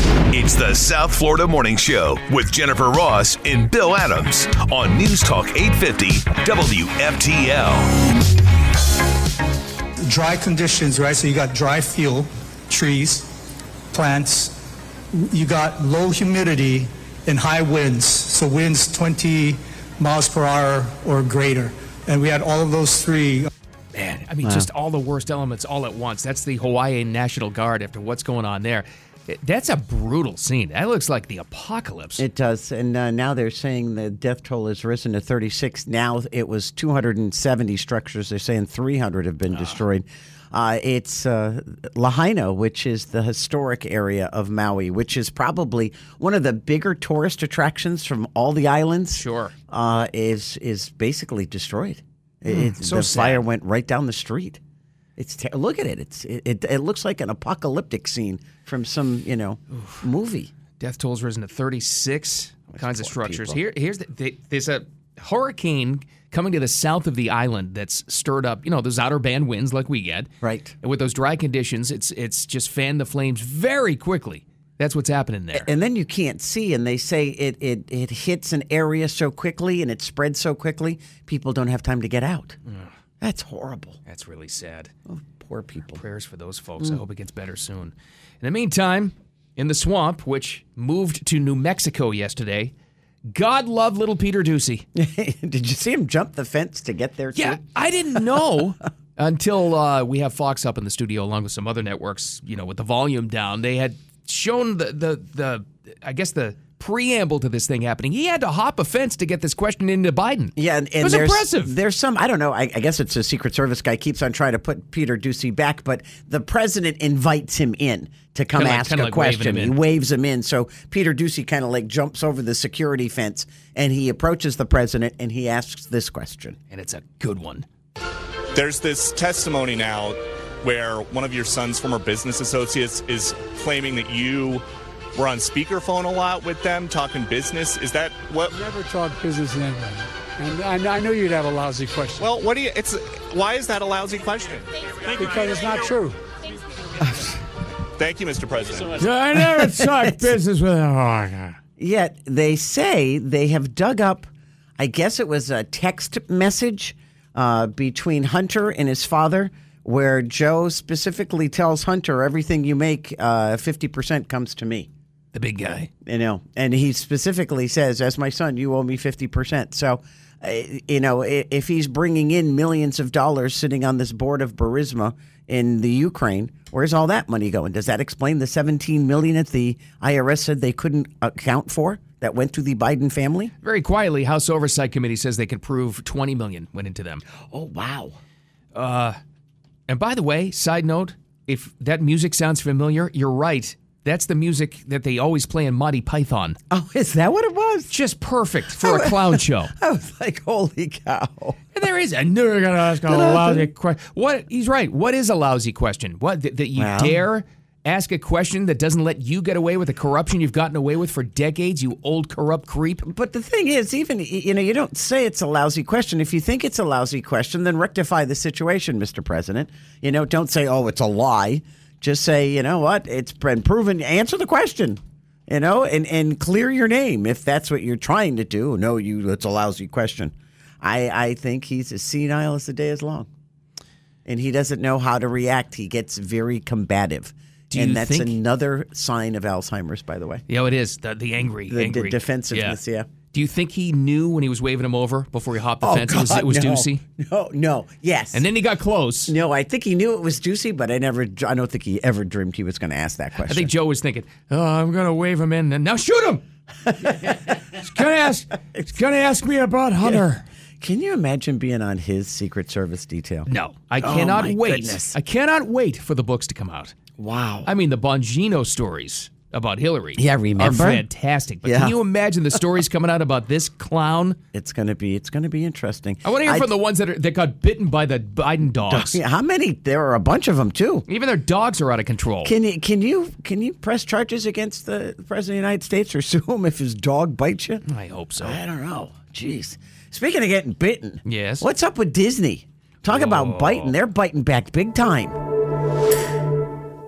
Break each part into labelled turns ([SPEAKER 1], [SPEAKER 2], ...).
[SPEAKER 1] It's the South Florida Morning Show with Jennifer Ross and Bill Adams on News Talk 850 WFTL.
[SPEAKER 2] dry conditions, right? So you got dry fuel, trees, plants. You got low humidity and high winds. So winds 20 miles per hour or greater. And we had all of those three.
[SPEAKER 3] Man, I mean, just all the worst elements all at once. That's the Hawaii National Guard after what's going on there. It- That's a brutal scene. That looks like the apocalypse.
[SPEAKER 4] It does. And uh, now they're saying the death toll has risen to 36. Now it was 270 structures. They're saying 300 have been
[SPEAKER 3] Ah.
[SPEAKER 4] destroyed. Uh, it's uh, Lahaina, which is the historic area of Maui, which is probably one of the bigger tourist attractions from all the islands.
[SPEAKER 3] Sure. Hmm.
[SPEAKER 4] Uh, is is basically destroyed. It, it-
[SPEAKER 3] so
[SPEAKER 4] the
[SPEAKER 3] sad.
[SPEAKER 4] fire went right down the street. It's ter- look at it. It's it, it. It looks like an apocalyptic scene from some you know movie.
[SPEAKER 3] Death toll's risen to 36 kinds of
[SPEAKER 4] poor
[SPEAKER 3] structures.
[SPEAKER 4] people.
[SPEAKER 3] Here, here's the, the, there's a hurricane coming to the south of the island that's stirred up. You know those outer band winds like we get,
[SPEAKER 4] Right.
[SPEAKER 3] And with those dry conditions, it's it's just fanned the flames very quickly. That's what's happening there.
[SPEAKER 4] and then you can't see and they say it, it, it hits an area so quickly and it spreads so quickly people don't have time to get out that's horrible
[SPEAKER 3] That's really sad.
[SPEAKER 4] Oh, poor people Mm.
[SPEAKER 3] prayers for those folks. I hope it gets better soon. In the meantime, in the swamp, which moved to New Mexico yesterday, God love little Peter Ducey.
[SPEAKER 4] did you see him jump the fence to get there
[SPEAKER 3] Yeah,
[SPEAKER 4] too?
[SPEAKER 3] I didn't know until uh, we have Fox up in the studio along with some other networks. You know, with the volume down, they had shown the the the I guess the preamble to this thing happening. He had to hop a fence to get this question into Biden.
[SPEAKER 4] yeah, and, and
[SPEAKER 3] it was
[SPEAKER 4] there's,
[SPEAKER 3] impressive.
[SPEAKER 4] There's some I don't know. I, I guess it's a Secret Service guy keeps on trying to put Peter Ducey back, but the president invites him in to come
[SPEAKER 3] Kinda like-
[SPEAKER 4] ask
[SPEAKER 3] kinda
[SPEAKER 4] a
[SPEAKER 3] like waving him
[SPEAKER 4] question. He
[SPEAKER 3] in.
[SPEAKER 4] waves him in, so Peter Ducey kind of like jumps over the security fence and he approaches the president and he asks this question.
[SPEAKER 3] and it's a good one.
[SPEAKER 5] There's this testimony now where one of your son's former business associates is claiming that you were on speakerphone a lot with them talking business. Is that what?
[SPEAKER 6] Never taught business to anyone. And I, kn- I knew you'd have a lousy question.
[SPEAKER 5] Well, what do you? It's why is that a lousy question?
[SPEAKER 6] because it's not true.
[SPEAKER 5] Thank you, Mr. President.
[SPEAKER 7] I never talked business with a hawker.
[SPEAKER 4] Yet they say they have dug up, I guess it was a text message uh, between Hunter and his father, where Joe specifically tells Hunter, "Everything you make, uh, fifty percent comes to me."
[SPEAKER 3] The big guy.
[SPEAKER 4] You know, and he specifically says, "As my son, you owe me fifty percent." So, uh, you know, i- if he's bringing in millions of dollars sitting on this board of Burisma in the Ukraine, where's all that money going? Does that explain the seventeen million that the IRS said they couldn't account for that went to the Biden family?
[SPEAKER 3] Very quietly, House Oversight Committee says they can prove 20 million went into them.
[SPEAKER 4] Oh wow!
[SPEAKER 3] And by the way, side note, if that music sounds familiar, you're right. That's the music that they always play in Monty Python.
[SPEAKER 4] Oh, is that what it was?
[SPEAKER 3] Just perfect for a clown show.
[SPEAKER 4] I was like, holy cow!
[SPEAKER 3] And there is. I knew you were going to ask a lousy question. What? He's right. What is a lousy question? What that, that you
[SPEAKER 4] Well-
[SPEAKER 3] dare ask a question that doesn't let you get away with the corruption you've gotten away with for decades? You old corrupt creep.
[SPEAKER 4] But the thing is, even y- you know, you don't say it's a lousy question. If you think it's a lousy question, then rectify the situation, Mr. President. You know, don't say, "Oh, it's a lie." Just say, you know what? It's been proven. Answer the question. You know, and and clear your name if that's what you're trying to do. No, you. It's a lousy question. I I think he's as senile as the day is long, and he doesn't know how to react. He gets very combative,
[SPEAKER 3] Do you
[SPEAKER 4] and that's
[SPEAKER 3] think-
[SPEAKER 4] another sign of Alzheimer's, by the way.
[SPEAKER 3] Yeah, it is. The, the angry.
[SPEAKER 4] The
[SPEAKER 3] angry.
[SPEAKER 4] d- defensiveness, yeah.
[SPEAKER 3] Do you think he knew when he was waving him over before he hopped the fence? it was,
[SPEAKER 4] Oh, God,
[SPEAKER 3] it was
[SPEAKER 4] no.
[SPEAKER 3] Ducey.
[SPEAKER 4] No, no, yes.
[SPEAKER 3] And then he got close.
[SPEAKER 4] no, I think he knew it was juicy, but I never, I don't think he ever dreamed he was going to ask that question.
[SPEAKER 3] I think Joe was thinking, "Oh, I'm gonna wave him in, and now shoot him."
[SPEAKER 7] It's gonna ask. It's gonna ask me about Hunter.
[SPEAKER 4] Can you imagine being on his Secret Service detail?
[SPEAKER 3] No, I
[SPEAKER 4] Oh,
[SPEAKER 3] cannot
[SPEAKER 4] my
[SPEAKER 3] wait.
[SPEAKER 4] goodness.
[SPEAKER 3] I cannot wait for the books to come out.
[SPEAKER 4] Wow.
[SPEAKER 3] I mean, the Bongino stories about Hillary.
[SPEAKER 4] Yeah, remember?
[SPEAKER 3] Are fantastic. But
[SPEAKER 4] Yeah.
[SPEAKER 3] can you imagine the stories coming out about this clown?
[SPEAKER 4] it's going to be, it's going to be interesting.
[SPEAKER 3] I want to hear from the ones that are, that got bitten by the Biden dogs.
[SPEAKER 4] Yeah, how many? There are a bunch of them too.
[SPEAKER 3] Even their dogs are out of control.
[SPEAKER 4] Can you, can you, can you press charges against the president of the United States or sue him if his dog bites you?
[SPEAKER 3] I hope so.
[SPEAKER 4] I don't know. Jeez. Speaking of getting bitten,
[SPEAKER 3] Yes.
[SPEAKER 4] What's up with Disney? Talk about biting. They're biting back big time.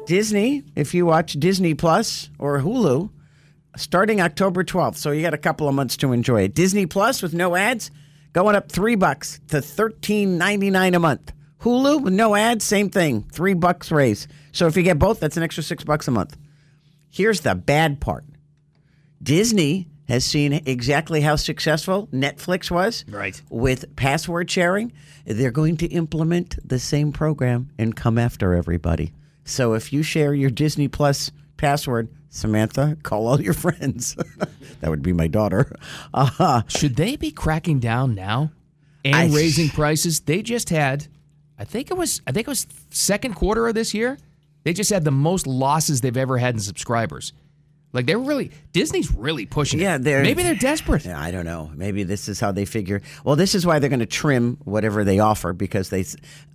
[SPEAKER 4] Disney, if you watch Disney Plus or Hulu, starting October 12th. So you got a couple of months to enjoy it. Disney Plus with no ads, going up three bucks to thirteen ninety nine a month. Hulu with no ads, same thing, three bucks raise. So if you get both, that's an extra six bucks a month. Here's the bad part. Disney has seen exactly how successful Netflix was
[SPEAKER 3] Right.
[SPEAKER 4] with password sharing. They're going to implement the same program and come after everybody. So if you share your Disney Plus password, Samantha, call all your friends. that would be my daughter. Uh,
[SPEAKER 3] Should they be cracking down now and
[SPEAKER 4] I-
[SPEAKER 3] raising prices? They just had, I think it was, I think it was second quarter of this year. They just had the most losses they've ever had in subscribers. Like they're really Disney's really pushing. it.
[SPEAKER 4] Yeah, they're-
[SPEAKER 3] maybe they're desperate.
[SPEAKER 4] Yeah, I don't know. Maybe this is how they figure. Well, this is why they're going to trim whatever they offer because they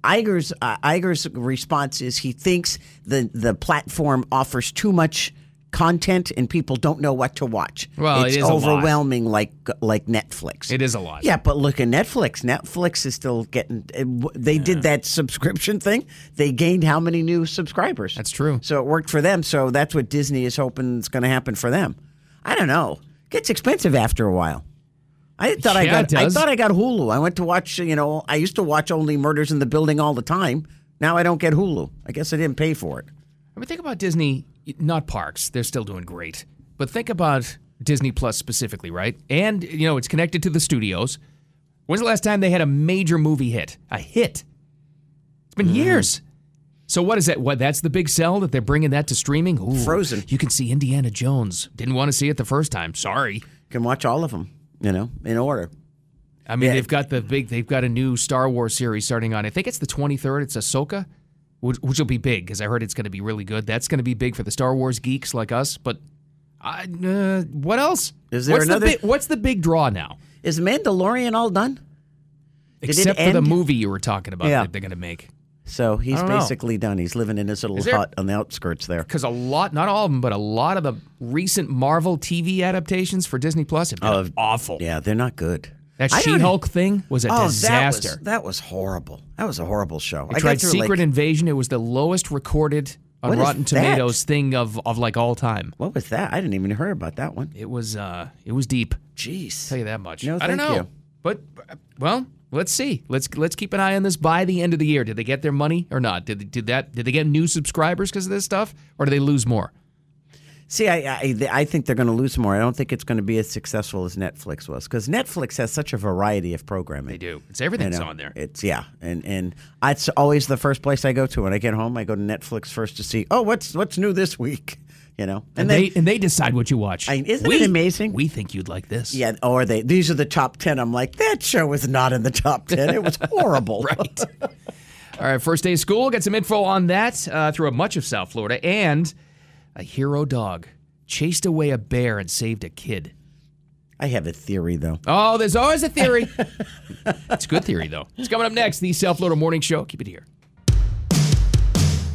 [SPEAKER 4] Iger's uh, Iger's response is he thinks the the platform offers too much content and people don't know what to watch.
[SPEAKER 3] Well, it
[SPEAKER 4] it's
[SPEAKER 3] is a lot.
[SPEAKER 4] overwhelming like like Netflix.
[SPEAKER 3] It is a lot.
[SPEAKER 4] Yeah, but look at Netflix. Netflix is still getting it w- they did that subscription thing. They gained how many new subscribers?
[SPEAKER 3] That's true.
[SPEAKER 4] So it worked for them. So that's what Disney is hoping is going to happen for them. I don't know. Gets expensive after a while. I thought I
[SPEAKER 3] Yeah, it
[SPEAKER 4] got. I
[SPEAKER 3] does.
[SPEAKER 4] thought I got Hulu. I went to watch. You know, I used to watch only Murders in the Building all the time. Now I don't get Hulu. I guess I didn't pay for it.
[SPEAKER 3] I mean, think about Disney, not parks. They're still doing great. But think about Disney Plus specifically, right? And, you know, it's connected to the studios. When's the last time they had a major movie hit? A hit. It's been years. So what is that? What that's the big sell that they're bringing that to streaming? Ooh,
[SPEAKER 4] Frozen.
[SPEAKER 3] You can see Indiana Jones. Didn't want to see it the first time. Sorry.
[SPEAKER 4] Can watch all of them. You know, in order.
[SPEAKER 3] I mean,
[SPEAKER 4] Yeah.
[SPEAKER 3] they've got the big. They've got a new Star Wars series starting on. I think it's the 23rd. It's Ahsoka, which, which will be big because I heard it's going to be really good. That's going to be big for the Star Wars geeks like us. But I, uh, what else?
[SPEAKER 4] Is there
[SPEAKER 3] what's
[SPEAKER 4] another-
[SPEAKER 3] The big, what's the big draw now?
[SPEAKER 4] Is Mandalorian all done? Did it
[SPEAKER 3] Except for the
[SPEAKER 4] end?
[SPEAKER 3] movie you were talking about
[SPEAKER 4] Yeah.
[SPEAKER 3] that they're going to make.
[SPEAKER 4] So he's
[SPEAKER 3] don't know.
[SPEAKER 4] basically done. He's living in his little
[SPEAKER 3] Is there-
[SPEAKER 4] hut on the outskirts there.
[SPEAKER 3] Because a lot, not all of them, but a lot of the recent Marvel TV adaptations for Disney Plus have been awful.
[SPEAKER 4] Yeah, they're not good.
[SPEAKER 3] That
[SPEAKER 4] I don't-
[SPEAKER 3] She-Hulk thing was a
[SPEAKER 4] Oh,
[SPEAKER 3] disaster.
[SPEAKER 4] That was, that was horrible. That was a horrible show.
[SPEAKER 3] I tried Secret
[SPEAKER 4] like,
[SPEAKER 3] Invasion. It was the lowest recorded
[SPEAKER 4] What
[SPEAKER 3] on
[SPEAKER 4] is
[SPEAKER 3] Rotten
[SPEAKER 4] that?
[SPEAKER 3] Tomatoes thing of, of like all time.
[SPEAKER 4] What was that? I didn't even hear about that one.
[SPEAKER 3] It was uh it was deep.
[SPEAKER 4] Jeez.
[SPEAKER 3] tell you that much.
[SPEAKER 4] No,
[SPEAKER 3] I don't
[SPEAKER 4] thank
[SPEAKER 3] know.
[SPEAKER 4] you.
[SPEAKER 3] But uh, well, let's see. Let's let's keep an eye on this by the end of the year. Did they get their money or not? Did did that did they get new subscribers because of this stuff or do they lose more?
[SPEAKER 4] See, I I, I think they're going to lose more. I don't think it's going to be as successful as Netflix was because Netflix has such a variety of programming.
[SPEAKER 3] They do. It's everything's on there.
[SPEAKER 4] It's yeah, and and it's always the first place I go to when I get home. I go to Netflix first to see. Oh, what's what's new this week? You know,
[SPEAKER 3] and
[SPEAKER 4] then-
[SPEAKER 3] they and they decide what you watch.
[SPEAKER 4] I- isn't it amazing?
[SPEAKER 3] We think you'd like this.
[SPEAKER 4] Yeah, or they these are the top ten. I'm like, that show was not in the top ten. It was horrible.
[SPEAKER 3] right. All right, first day of school. Got some info on that uh, throughout much of South Florida. And a hero dog chased away a bear and saved a kid.
[SPEAKER 4] I have a theory though.
[SPEAKER 3] Oh, there's always a theory. it's a good theory, though. It's coming up next, the South Florida Morning Show. Keep it here.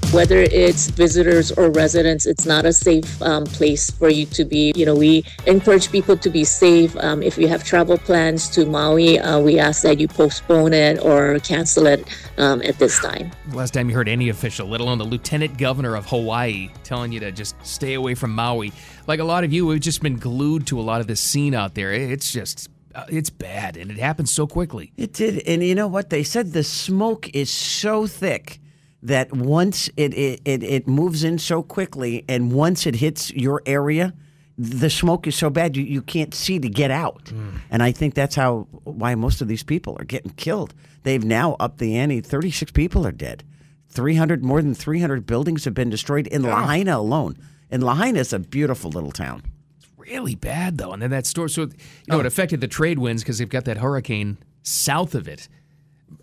[SPEAKER 8] whether it's visitors or residents, it's not a safe um, place for you to be. You know, we encourage people to be safe. Um, if you have travel plans to Maui, uh, we ask that you postpone it or cancel it um, at this time.
[SPEAKER 3] Last time you heard any official, let alone the lieutenant governor of Hawaii, telling you to just stay away from Maui. Like a lot of you, we've just been glued to a lot of this scene out there. It's just, uh, it's bad, and it happens so quickly.
[SPEAKER 4] It did, and you know what they said? The smoke is so thick that once it it, it it moves in so quickly, and once it hits your area, the smoke is so bad you, you can't see to get out. And I think that's how why most of these people are getting killed. They've now upped the ante. Thirty six people are dead. Three hundred more than three hundred buildings have been destroyed in Lahaina alone. And Lahaina is a beautiful little town.
[SPEAKER 3] really bad though. And then that storm, so you know, it affected the trade winds because they've got that hurricane south of it,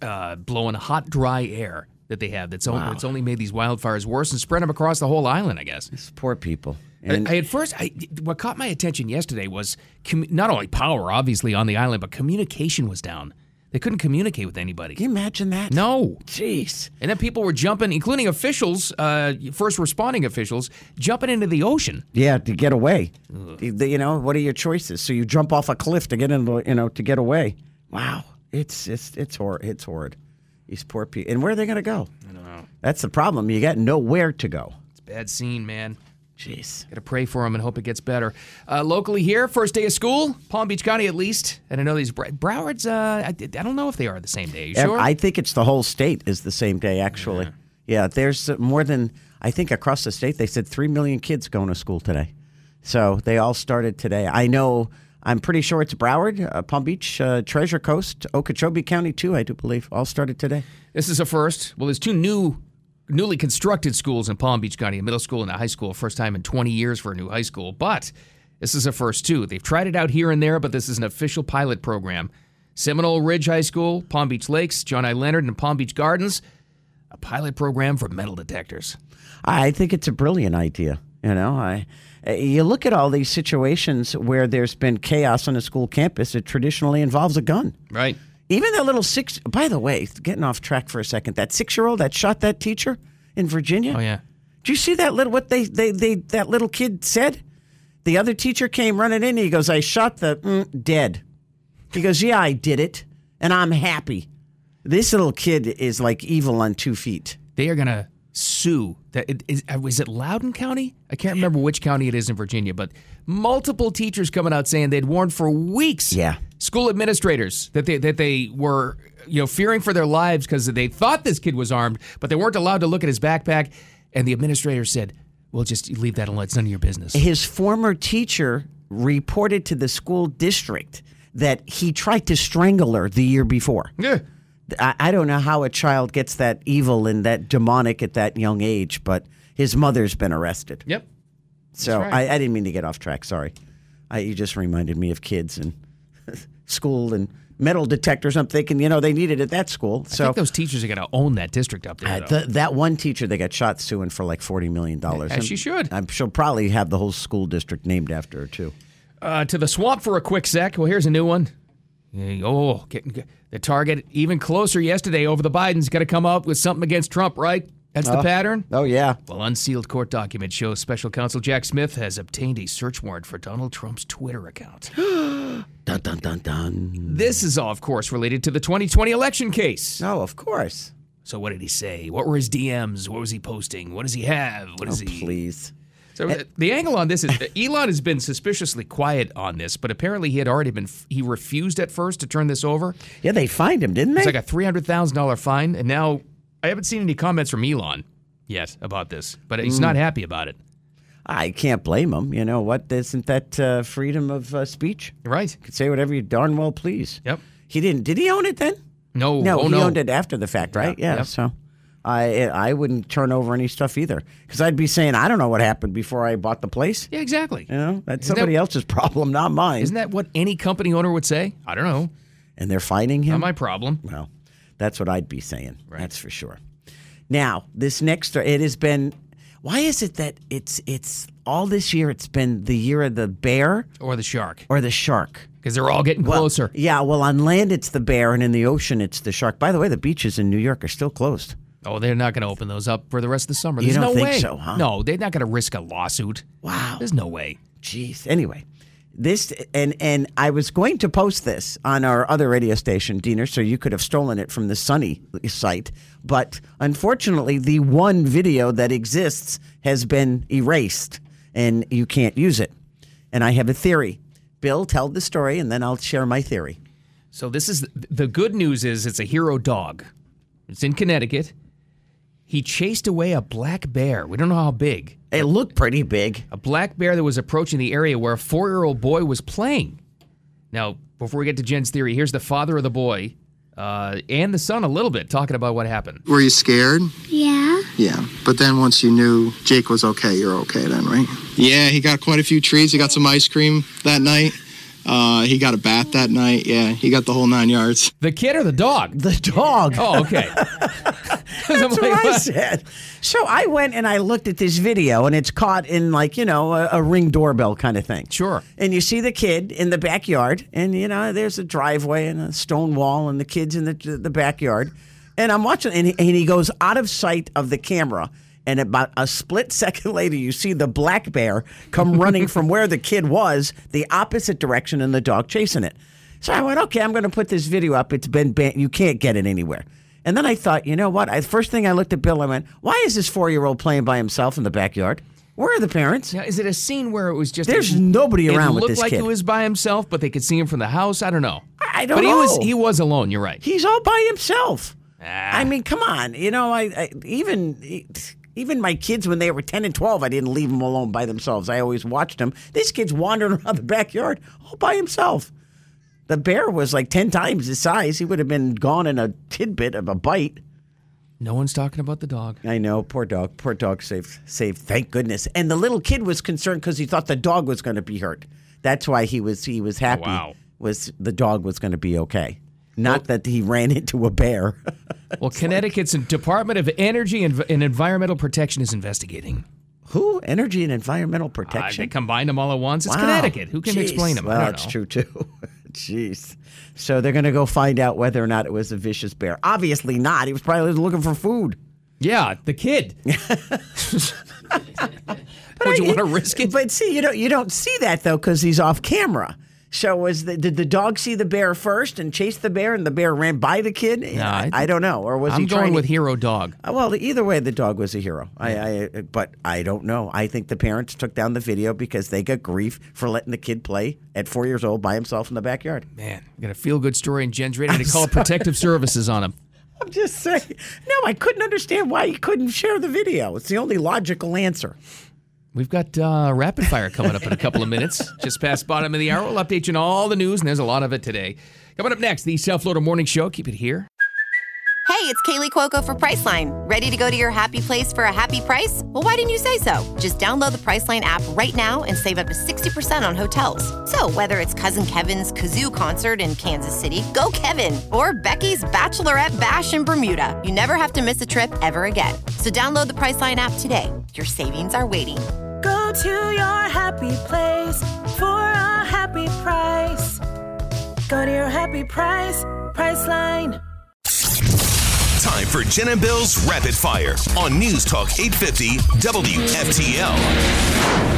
[SPEAKER 3] uh, blowing hot, dry air that they have. That's only, it's only made these wildfires worse and spread them across the whole island. I guess.
[SPEAKER 4] It's poor people.
[SPEAKER 3] I, I at first, I, what caught my attention yesterday was commu- not only power, obviously, on the island, but communication was down. They couldn't communicate with anybody.
[SPEAKER 4] Can you imagine that?
[SPEAKER 3] No.
[SPEAKER 4] Jeez.
[SPEAKER 3] And then people were jumping, including officials, uh, first responding officials, jumping into the ocean.
[SPEAKER 4] Yeah, to get away. The- the- you know, what are your choices? So you jump off a cliff to get into, you know, to get away. Wow, it's it's it's hor- it's horrid. These poor people, and where are they going to go? I don't know. That's the problem. You got nowhere to go.
[SPEAKER 3] It's a bad scene, man.
[SPEAKER 4] Jeez.
[SPEAKER 3] Got to pray for him and hope it gets better. Uh, locally here, first day of school, Palm Beach County at least. And I know these Bra- Broward's. Uh, I, I don't know if they are the same day. You
[SPEAKER 4] Ev-
[SPEAKER 3] sure.
[SPEAKER 4] I think it's the whole state is the same day, actually. Yeah, there's uh, more than, I think across the state, they said 3 million kids going to school today. So they all started today. I know, I'm pretty sure it's Broward, uh, Palm Beach, uh, Treasure Coast, Okeechobee County, too, I do believe, all started today.
[SPEAKER 3] This is a first. Well, there's two new, newly constructed schools in Palm Beach County, a middle school and a high school. First time in 20 years for a new high school. But this is a first, too. They've tried it out here and there, but this is an official pilot program. Seminole Ridge High School, Palm Beach Lakes, John I. Leonard, and Palm Beach Gardens, a pilot program for metal detectors.
[SPEAKER 4] I think it's a brilliant idea. You know, I uh, you look at all these situations where there's been chaos on a school campus. It traditionally involves a gun.
[SPEAKER 3] Right.
[SPEAKER 4] Even that little six. By the way, getting off track for a second. That six-year-old that shot that teacher in Virginia.
[SPEAKER 3] Oh, yeah.
[SPEAKER 4] Did you see that little what they they they that little kid said? The other teacher came running in. He goes, "I shot the mm, dead." He goes, "Yeah, I did it, and I'm happy." This little kid is like evil on two feet.
[SPEAKER 3] They are going to sue. That it is, uh, was it Loudoun County? I can't remember which county it is in Virginia, but multiple teachers coming out saying they'd warned for weeks.
[SPEAKER 4] Yeah.
[SPEAKER 3] School administrators that they that they were you know fearing for their lives because they thought this kid was armed, but they weren't allowed to look at his backpack. And the administrator said, "Well, just leave that alone. It's none of your business."
[SPEAKER 4] his former teacher reported to the school district that he tried to strangle her the year before.
[SPEAKER 3] Yeah.
[SPEAKER 4] I, I don't know how a child gets that evil and that demonic at that young age, but his mother's been arrested.
[SPEAKER 3] Yep.
[SPEAKER 4] so
[SPEAKER 3] right.
[SPEAKER 4] I, I didn't mean to get off track. Sorry. I, you just reminded me of kids and school and metal detectors. I'm thinking, you know, they needed at that school.
[SPEAKER 3] I
[SPEAKER 4] So
[SPEAKER 3] think those teachers are going to own that district up there.
[SPEAKER 4] uh,
[SPEAKER 3] though.
[SPEAKER 4] th- that one teacher they got shot suing for like $40 million.
[SPEAKER 3] As she should.
[SPEAKER 4] I'm, she'll probably have the whole school district named after her, too.
[SPEAKER 3] Uh, to the swamp for a quick sec. Well, here's a new one. Yeah, Oh, getting the target even closer yesterday over the Bidens. Got to come up with something against Trump, right? That's the pattern.
[SPEAKER 4] Oh, yeah.
[SPEAKER 3] Well, unsealed court document shows special counsel Jack Smith has obtained a search warrant for Donald Trump's Twitter account.
[SPEAKER 4] Dun dun dun dun.
[SPEAKER 3] this is all, of course, related to the 2020 election case.
[SPEAKER 4] No, Oh, of course.
[SPEAKER 3] So, what did he say? What were his DMs? What was he posting? What does he have? What is he?
[SPEAKER 4] Oh, Please.
[SPEAKER 3] So the, the angle on this is that Elon has been suspiciously quiet on this, but apparently he had already been he refused at first to turn this over.
[SPEAKER 4] Yeah, they fined him, didn't they?
[SPEAKER 3] It's like a three hundred thousand dollar fine, and now I haven't seen any comments from Elon yet about this, but he's
[SPEAKER 4] Mm.
[SPEAKER 3] not happy about it.
[SPEAKER 4] I can't blame him. You know what? Isn't that uh, freedom of uh, speech? You
[SPEAKER 3] Right?
[SPEAKER 4] can say whatever you darn well please.
[SPEAKER 3] Yep.
[SPEAKER 4] He didn't. Did he own it then?
[SPEAKER 3] No,
[SPEAKER 4] no,
[SPEAKER 3] oh,
[SPEAKER 4] he
[SPEAKER 3] no.
[SPEAKER 4] owned it after the fact, right? Yeah.
[SPEAKER 3] yep.
[SPEAKER 4] So. I I wouldn't turn over any stuff either because I'd be saying I don't know what happened before I bought the place.
[SPEAKER 3] Yeah, exactly.
[SPEAKER 4] You know that's
[SPEAKER 3] Isn't that-
[SPEAKER 4] somebody else's problem, not mine.
[SPEAKER 3] Isn't that what any company owner would say? I don't know.
[SPEAKER 4] and they're fining him.
[SPEAKER 3] Not my problem.
[SPEAKER 4] Well, that's what I'd be saying. That's for sure. Now, this next story, it has been. Why is it that it's it's all this year? It's been the year of the bear
[SPEAKER 3] Or the shark,
[SPEAKER 4] or the shark.
[SPEAKER 3] because they're all getting
[SPEAKER 4] Well,
[SPEAKER 3] closer.
[SPEAKER 4] yeah. Well, on land it's the bear, and in the ocean it's the shark. By the way, the beaches in New York are still closed.
[SPEAKER 3] Oh, they're not going to open those up for the rest of the summer.
[SPEAKER 4] You
[SPEAKER 3] There's no
[SPEAKER 4] don't think
[SPEAKER 3] way.
[SPEAKER 4] so, huh?
[SPEAKER 3] No, they're not going to risk a lawsuit.
[SPEAKER 4] Wow.
[SPEAKER 3] There's no way.
[SPEAKER 4] Jeez. Anyway, this and and I was going to post this on our other radio station, Diener, so you could have stolen it from the Sunny site. But unfortunately, the one video that exists has been erased, and you can't use it. And I have a theory. Bill, tell the story, and then I'll share my theory.
[SPEAKER 3] So this is the good news is it's a hero dog. It's in Connecticut. He chased away a black bear. We don't know how big.
[SPEAKER 4] It looked pretty big.
[SPEAKER 3] A black bear that was approaching the area where a four-year-old boy was playing. Now, before we get to Jen's theory, here's the father of the boy uh, and the son a little bit talking about what happened.
[SPEAKER 9] Were you scared?
[SPEAKER 10] Yeah.
[SPEAKER 9] Yeah. But then once you knew Jake was okay, you're okay then, right? Yeah, he got quite a few treats. He got some ice cream that night. Uh, he got a bath that night. Yeah, he got the whole nine yards.
[SPEAKER 3] The kid or the dog?
[SPEAKER 4] The dog.
[SPEAKER 3] Oh, okay. Oh
[SPEAKER 4] That's what I said. So I went and I looked at this video, and it's caught in like you know a, a ring doorbell kind of thing.
[SPEAKER 3] Sure.
[SPEAKER 4] And you see the kid in the backyard, and you know there's a driveway and a stone wall, and the kids in the the backyard. And I'm watching, and he, and he goes out of sight of the camera. And about a split second later, you see the black bear come running from where the kid was, the opposite direction, and the dog chasing it. So I went, okay, I'm going to put this video up. It's been banned. You can't get it anywhere. And then I thought, you know what? I, first thing I looked at Bill, I went, why is this four year old playing by himself in the backyard? Where are the parents?
[SPEAKER 3] Now, is it a scene where it was just
[SPEAKER 4] There's
[SPEAKER 3] it-
[SPEAKER 4] nobody around
[SPEAKER 3] It
[SPEAKER 4] with
[SPEAKER 3] looked
[SPEAKER 4] this
[SPEAKER 3] like
[SPEAKER 4] kid.
[SPEAKER 3] he was by himself, but they could see him from the house. I don't know.
[SPEAKER 4] I- I don't
[SPEAKER 3] but he was
[SPEAKER 4] know. Ah.
[SPEAKER 3] he was alone. You're right.
[SPEAKER 4] He's all by himself. I mean, come on. You know, I, I even e, even my kids when they were 10 and 12, I didn't leave them alone by themselves. I always watched them. This kid's wandering around the backyard all by himself. The bear was like 10 times his size. He would have been gone in a tidbit of a bite.
[SPEAKER 3] No one's talking about the dog.
[SPEAKER 4] I know, poor dog. Poor dog saved, saved. Thank goodness. And the little kid was concerned because he thought the dog was going to be hurt. That's why he was he was happy.
[SPEAKER 3] Wow.
[SPEAKER 4] Was the dog was going to be okay? Not that he ran into a bear.
[SPEAKER 3] Well, Connecticut's Department of Energy and, and Environmental Protection is investigating.
[SPEAKER 4] Who? Energy and environmental
[SPEAKER 3] Uh, they
[SPEAKER 4] protection.
[SPEAKER 3] combined them all at once. It's
[SPEAKER 4] Wow.
[SPEAKER 3] Connecticut. Who can
[SPEAKER 4] Jeez.
[SPEAKER 3] explain them? I
[SPEAKER 4] Well,
[SPEAKER 3] don't
[SPEAKER 4] it's
[SPEAKER 3] know.
[SPEAKER 4] true too. Jeez. So they're going to go find out whether or not it was a vicious bear. Obviously not. He was probably looking for food.
[SPEAKER 3] Yeah, the kid. Would you want to risk it?
[SPEAKER 4] But see, you don't you don't see that though because he's off camera. So was the, did the dog see the bear first and chase the bear, and the bear ran by the kid? I,
[SPEAKER 3] I-
[SPEAKER 4] I don't know, or was
[SPEAKER 3] I'm
[SPEAKER 4] he
[SPEAKER 3] going
[SPEAKER 4] trying
[SPEAKER 3] with
[SPEAKER 4] to,
[SPEAKER 3] Hero Dog.
[SPEAKER 4] Uh, Well, either way, the dog was a hero. I, I, but I don't know. I think the parents took down the video because they got grief for letting the kid play at four years old by himself in the backyard.
[SPEAKER 3] Man, we got a feel good story, and Jen's ready to call protective services on him.
[SPEAKER 4] I'm just saying. No, I couldn't understand why he couldn't share the video. It's the only logical answer.
[SPEAKER 3] We've got uh, rapid fire coming up in a couple of minutes, just past bottom of the hour. We'll update you on all the news, and there's a lot of it today. Coming up next, the South Florida Morning Show. Keep it here.
[SPEAKER 7] Hey, it's Kaylee Cuoco for Priceline. Ready to go to your happy place for a happy price? Well, why didn't you say so? Just download the Priceline app right now and save up to 60% on hotels. So, whether it's Cousin Kevin's Kazoo concert in Kansas City, go Kevin, or Becky's Bachelorette Bash in Bermuda, you never have to miss a trip ever again. So, download the Priceline app today. Your savings are waiting.
[SPEAKER 5] Go to your happy place for a happy price. Go to your happy price, Priceline.
[SPEAKER 1] Time for Jen and Bill's Rapid Fire on News Talk 850 WFTL.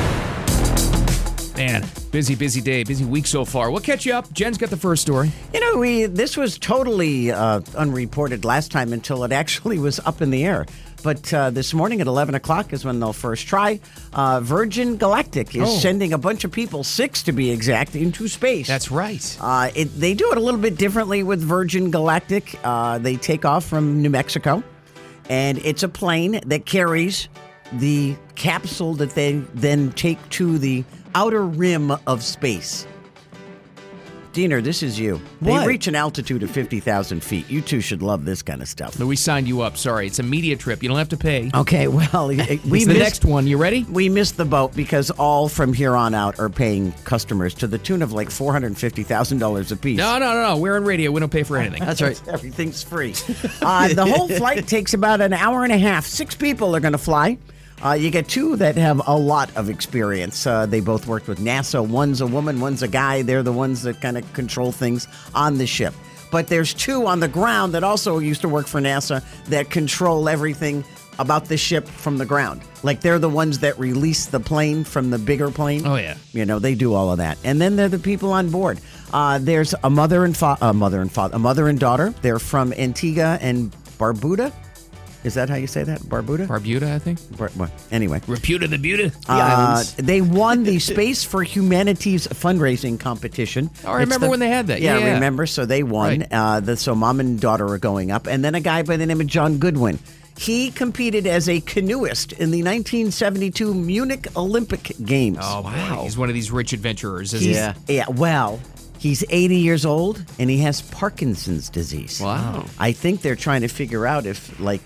[SPEAKER 3] Man, busy, busy day, busy week so far. We'll catch you up. Jen's got the first story.
[SPEAKER 4] You know, we this was totally uh, unreported last time until it actually was up in the air. But uh, this morning at 11 o'clock is when they'll first try. Uh, Virgin Galactic is sending a bunch of people, six to be exact, into space.
[SPEAKER 3] That's right.
[SPEAKER 4] Uh, it, they do it a little bit differently with Virgin Galactic. Uh, they take off from New Mexico, and it's a plane that carries the capsule that they then take to the outer rim of space. Diener, this is you.
[SPEAKER 3] What?
[SPEAKER 4] They reach an altitude of 50,000 feet. You two should love this kind of stuff.
[SPEAKER 3] No, we signed you up. Sorry, it's a media trip. You don't have to pay.
[SPEAKER 4] Okay, well, we it's
[SPEAKER 3] it's the next one. You ready?
[SPEAKER 4] we missed the boat because all from here on out are paying customers to the tune of like $450,000 apiece.
[SPEAKER 3] No, no, no, no. We're on radio. We don't pay for anything.
[SPEAKER 4] That's right. Everything's free. Uh, the whole flight takes about an hour and a half. Six people are going to fly. Uh, you get two that have a lot of experience. Uh, they both worked with NASA. One's a woman, one's a guy. They're the ones that kind of control things on the ship. But there's two on the ground that also used to work for NASA that control everything about the ship from the ground. Like they're the ones that release the plane from the bigger plane.
[SPEAKER 3] Oh, yeah.
[SPEAKER 4] You know, they do all of that, and then they're the people on board. Uh, there's a mother and fa- a mother and father, a mother and daughter. They're from Antigua and Barbuda. Is that how you say that? Barbuda.
[SPEAKER 3] Barbuda, I think.
[SPEAKER 4] Bar- what? anyway,
[SPEAKER 3] Reputa the Buta.
[SPEAKER 4] uh, they won the Space for Humanities fundraising competition.
[SPEAKER 3] Oh, I remember when they had that.
[SPEAKER 4] Yeah,
[SPEAKER 3] Yeah.
[SPEAKER 4] remember. So they won.
[SPEAKER 3] Right.
[SPEAKER 4] Uh, the, so mom and daughter are going up, and then a guy by the name of John Goodwin. He competed as a canoeist in the 1972 Munich Olympic Games.
[SPEAKER 3] Oh, wow. He's one of these rich adventurers, isn't
[SPEAKER 4] He's-
[SPEAKER 3] he?
[SPEAKER 4] Yeah. Well, he's 80 years old and he has Parkinson's disease.
[SPEAKER 3] Wow.
[SPEAKER 4] I think they're trying to figure out if like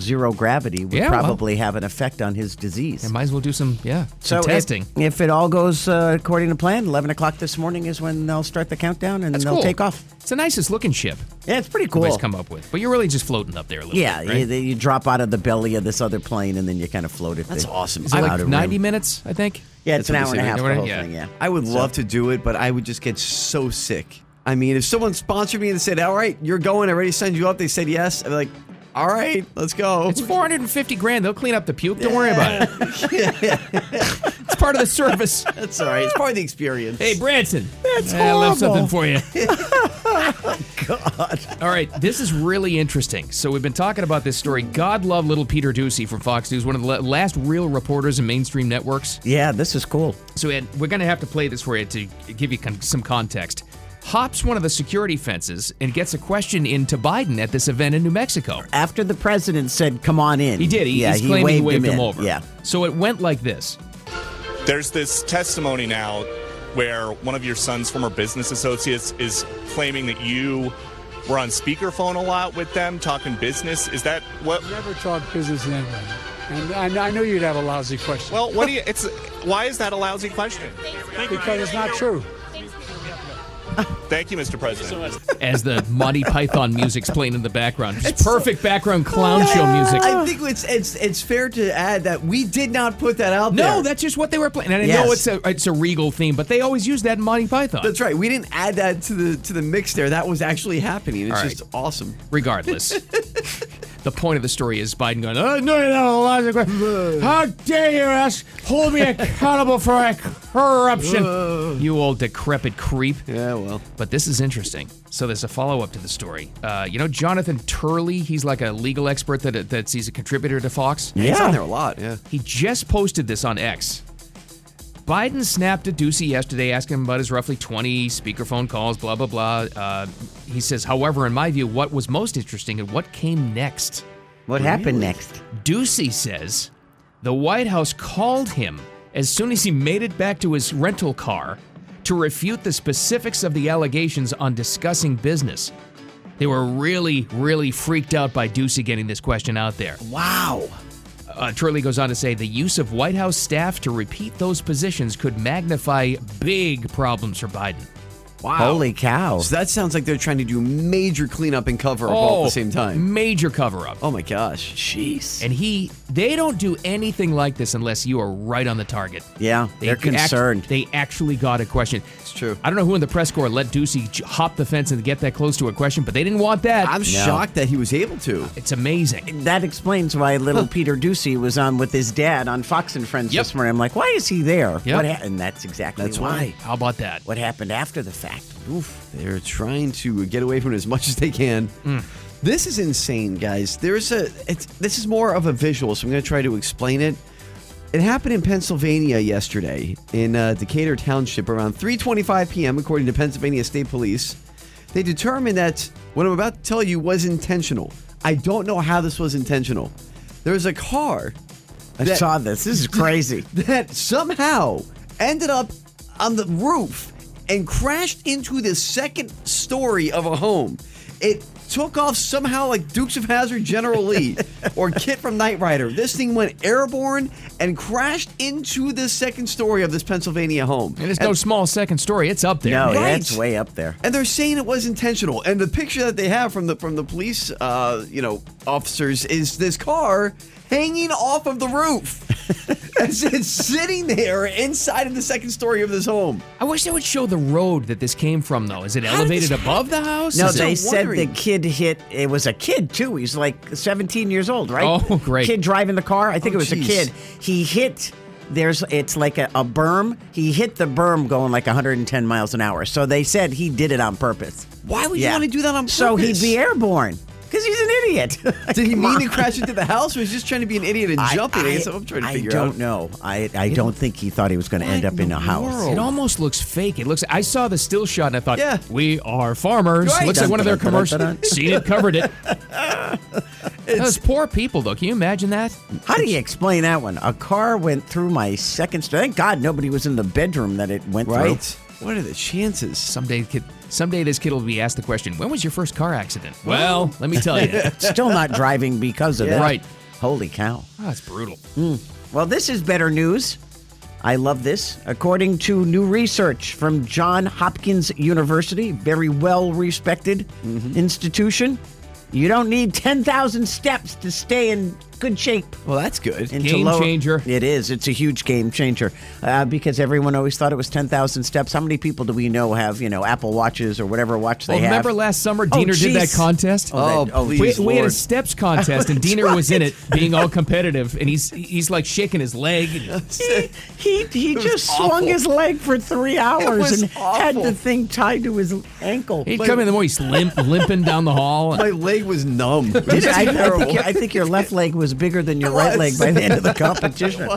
[SPEAKER 4] zero gravity would
[SPEAKER 3] Yeah, well.
[SPEAKER 4] probably have an effect on his disease.
[SPEAKER 3] And might as well do some, yeah, some
[SPEAKER 4] if-
[SPEAKER 3] testing.
[SPEAKER 4] If, it all goes uh, according to plan, 11 o'clock this morning is when they'll start the countdown and
[SPEAKER 3] That's
[SPEAKER 4] they'll
[SPEAKER 3] cool.
[SPEAKER 4] take off.
[SPEAKER 3] It's the nicest looking ship
[SPEAKER 4] Yeah, it's pretty
[SPEAKER 3] cool.
[SPEAKER 4] cool.
[SPEAKER 3] come up with. But you're really just floating up there a little
[SPEAKER 4] Yeah,
[SPEAKER 3] bit, right?
[SPEAKER 4] you, you drop out of the belly of this other plane and then you kind of float it. That's awesome.
[SPEAKER 3] Is it like 90 minutes, I think?
[SPEAKER 4] Yeah, it's an hour and a half. The
[SPEAKER 3] Yeah.
[SPEAKER 4] whole thing. Yeah.
[SPEAKER 11] I would love to do it, but I would just get so sick. I mean, if someone sponsored me and said, "All right, you're going," I already signed you up. They said yes. I'm like, "All right, let's go."
[SPEAKER 3] It's 450 grand. They'll clean up the puke. Don't worry about it. it's part of the service.
[SPEAKER 11] That's all right. It's part of the experience.
[SPEAKER 3] Hey, Branson.
[SPEAKER 4] That's
[SPEAKER 3] I left something
[SPEAKER 4] horrible.
[SPEAKER 3] for you. God. All right, this is really interesting. So we've been talking about this story. God love little Peter Ducey from Fox News, one of the la- last real reporters in mainstream networks.
[SPEAKER 9] Yeah, this is cool.
[SPEAKER 3] So Ed, we're going to have to play this for you to give you con- some context. Hops one of the security fences and gets a question in to Biden at this event in New Mexico.
[SPEAKER 9] After the president said, "Come on in,"
[SPEAKER 3] He did. He,
[SPEAKER 9] yeah,
[SPEAKER 3] he's claiming he waved him,
[SPEAKER 9] in.
[SPEAKER 3] over.
[SPEAKER 9] Yeah,
[SPEAKER 3] So it went like this.
[SPEAKER 5] There's this testimony now where one of your son's former business associates is claiming that you were on speakerphone a lot with them talking business. Is that what?
[SPEAKER 6] Never talk business to anybody. And I, I knew you'd have a lousy question.
[SPEAKER 5] Well, what do you? It's why is that a lousy question?
[SPEAKER 6] Because it's not true.
[SPEAKER 5] Thank you, Mr. President.
[SPEAKER 3] As the Monty Python music's playing in the background. It's perfect background clown show music.
[SPEAKER 4] I think it's it's it's fair to add that we did not put that out there.
[SPEAKER 3] No, that's just what they were playing. And I know it's
[SPEAKER 4] Yes.
[SPEAKER 3] a it's a regal theme, but they always use that in Monty Python.
[SPEAKER 4] That's right. We didn't add that to the to the mix there. That was actually happening. It's
[SPEAKER 3] All right.
[SPEAKER 4] just awesome.
[SPEAKER 3] Regardless, the point of the story is Biden going, oh,
[SPEAKER 12] I know you have a lousy question. How dare you ask? Hold me accountable for my corruption.
[SPEAKER 3] You old decrepit creep. Yeah, well. But this is interesting. So there's a follow up to the story. Uh, you know Jonathan Turley? He's like a legal expert that that's he's a contributor to Fox.
[SPEAKER 4] Yeah, he's on there a lot. Yeah.
[SPEAKER 3] He just posted this on X. Biden snapped at Ducey yesterday, asking him about his roughly 20 speakerphone calls, blah, blah, blah. Uh, he says, however, in my view, what was most interesting and what came next?
[SPEAKER 9] What happened next?
[SPEAKER 3] Ducey says the White House called him as soon as he made it back to his rental car to refute the specifics of the allegations on discussing business. They were really, really freaked out by Ducey getting this question out there.
[SPEAKER 4] Wow.
[SPEAKER 3] Uh, Turley goes on to say the use of White House staff to repeat those positions could magnify big problems for Biden. Wow.
[SPEAKER 9] Holy cow.
[SPEAKER 4] So that sounds like they're trying to do major cleanup and cover up all at the same time.
[SPEAKER 3] Oh, Major cover up.
[SPEAKER 4] Oh my gosh. Jeez.
[SPEAKER 3] And he, they don't do anything like this unless you are right on the target.
[SPEAKER 9] Yeah,
[SPEAKER 3] They
[SPEAKER 9] they're
[SPEAKER 3] act-
[SPEAKER 9] concerned.
[SPEAKER 3] they actually got a question. It's true. I don't know who in the press corps let Ducey j- hop the fence and get that close to a question, but they didn't want that.
[SPEAKER 4] I'm shocked that he was able to.
[SPEAKER 3] It's amazing.
[SPEAKER 9] that explains why little Peter Ducey was on with his dad on Fox and Friends this morning. I'm like, why is he there?
[SPEAKER 3] Yep.
[SPEAKER 9] What ha-? And that's exactly
[SPEAKER 4] That's
[SPEAKER 9] why.
[SPEAKER 4] why.
[SPEAKER 3] How about that?
[SPEAKER 9] What happened after the fact?
[SPEAKER 4] Oof, they're trying to get away from it as much as they can.
[SPEAKER 9] Mm.
[SPEAKER 4] This is insane, guys. There's a it's this is more of a visual, so I'm going to try to explain it. It happened in Pennsylvania yesterday in uh, Decatur Township around 3:25 p.m. according to Pennsylvania State Police. They determined that what I'm about to tell you was intentional. I don't know how this was intentional. There was a car
[SPEAKER 9] I
[SPEAKER 4] that-
[SPEAKER 9] saw this. This is crazy.
[SPEAKER 4] that somehow ended up on the roof and crashed into the second story of a home. It took off somehow like Dukes of Hazard General Lee or Kit from Knight Rider. This thing went airborne and crashed into the second story of this Pennsylvania home.
[SPEAKER 3] And it's no small second story. It's up there.
[SPEAKER 9] no,
[SPEAKER 4] Right.
[SPEAKER 9] that's way up there.
[SPEAKER 4] And they're saying it was intentional. And the picture that they have from the from the police, uh, you know, officers is this car hanging off of the roof. As it's sitting there inside of the second story of this home.
[SPEAKER 3] I wish they would show the road that this came from, though. Is it elevated above the house?
[SPEAKER 9] No,
[SPEAKER 3] Is it-
[SPEAKER 9] they
[SPEAKER 4] I'm
[SPEAKER 9] said the
[SPEAKER 4] wondering.
[SPEAKER 9] kid hit. It was a kid too. He's like 17 years old, right?
[SPEAKER 3] Oh, great.
[SPEAKER 9] Kid driving the car. I think
[SPEAKER 4] Oh,
[SPEAKER 9] it was a
[SPEAKER 4] geez.
[SPEAKER 9] kid. He hit. There's. It's like a, a berm. He hit the berm going like 110 miles an hour. So they said he did it on purpose.
[SPEAKER 4] Why would Oh, you want to do that on purpose?
[SPEAKER 9] So he'd be airborne because he's an idiot.
[SPEAKER 4] Did he
[SPEAKER 9] Come
[SPEAKER 4] mean
[SPEAKER 9] on.
[SPEAKER 4] to crash into the house or was he just trying to be an idiot and jump it? That's what I'm trying to
[SPEAKER 9] I
[SPEAKER 4] figure
[SPEAKER 9] don't
[SPEAKER 4] out.
[SPEAKER 9] know. I, I don't think he thought he was going to end up in a house.
[SPEAKER 3] It almost looks fake. It looks. I saw the still shot and I thought,
[SPEAKER 4] Yeah.
[SPEAKER 3] we are farmers.
[SPEAKER 4] Right.
[SPEAKER 3] Looks like one of their commercials.
[SPEAKER 9] Dun-dun-dun-dun-dun.
[SPEAKER 3] Seen it, covered it. Those poor people, though. Can you imagine that?
[SPEAKER 9] How do you explain that one? A car went through my second story. Thank God nobody was in the bedroom that it went through.
[SPEAKER 4] Right? What are the chances?
[SPEAKER 3] Someday, kid, someday this kid will be asked the question, "When was your first car accident?" Well, let me tell you,
[SPEAKER 9] Still not driving because of
[SPEAKER 3] Yeah.
[SPEAKER 9] it.
[SPEAKER 3] Right.
[SPEAKER 9] Holy cow.
[SPEAKER 3] that's brutal.
[SPEAKER 9] Well, this is better news. I love this. According to new research from John Hopkins University, very well
[SPEAKER 3] Mm-hmm.
[SPEAKER 9] respected institution, you don't need 10,000 steps to stay in good shape.
[SPEAKER 4] Well, that's good.
[SPEAKER 9] Game changer. It is. It's a huge game changer uh, because everyone always thought it was 10,000 steps. How many people do we know have, you know, Apple Watches or whatever watch they
[SPEAKER 3] Well,
[SPEAKER 9] have?
[SPEAKER 3] remember last summer,
[SPEAKER 9] Oh,
[SPEAKER 3] Diener did that
[SPEAKER 9] jeez.
[SPEAKER 3] contest.
[SPEAKER 9] Oh, that-
[SPEAKER 3] we,
[SPEAKER 9] please,
[SPEAKER 3] we had a
[SPEAKER 9] Lord.
[SPEAKER 3] steps contest, and
[SPEAKER 9] That's
[SPEAKER 3] Diener was in
[SPEAKER 9] right.
[SPEAKER 3] it, being all competitive, and he's he's like shaking his leg. and
[SPEAKER 9] He, he, he
[SPEAKER 3] It was
[SPEAKER 9] just
[SPEAKER 3] awful.
[SPEAKER 9] swung his leg for three hours
[SPEAKER 3] was
[SPEAKER 9] and had
[SPEAKER 3] awful.
[SPEAKER 9] the thing tied to his ankle.
[SPEAKER 3] He'd come in the morning, he's limp, limping down the hall.
[SPEAKER 4] My leg was numb.
[SPEAKER 9] Did it? I, I, think, I think your left leg was bigger than your right leg by the end of the competition.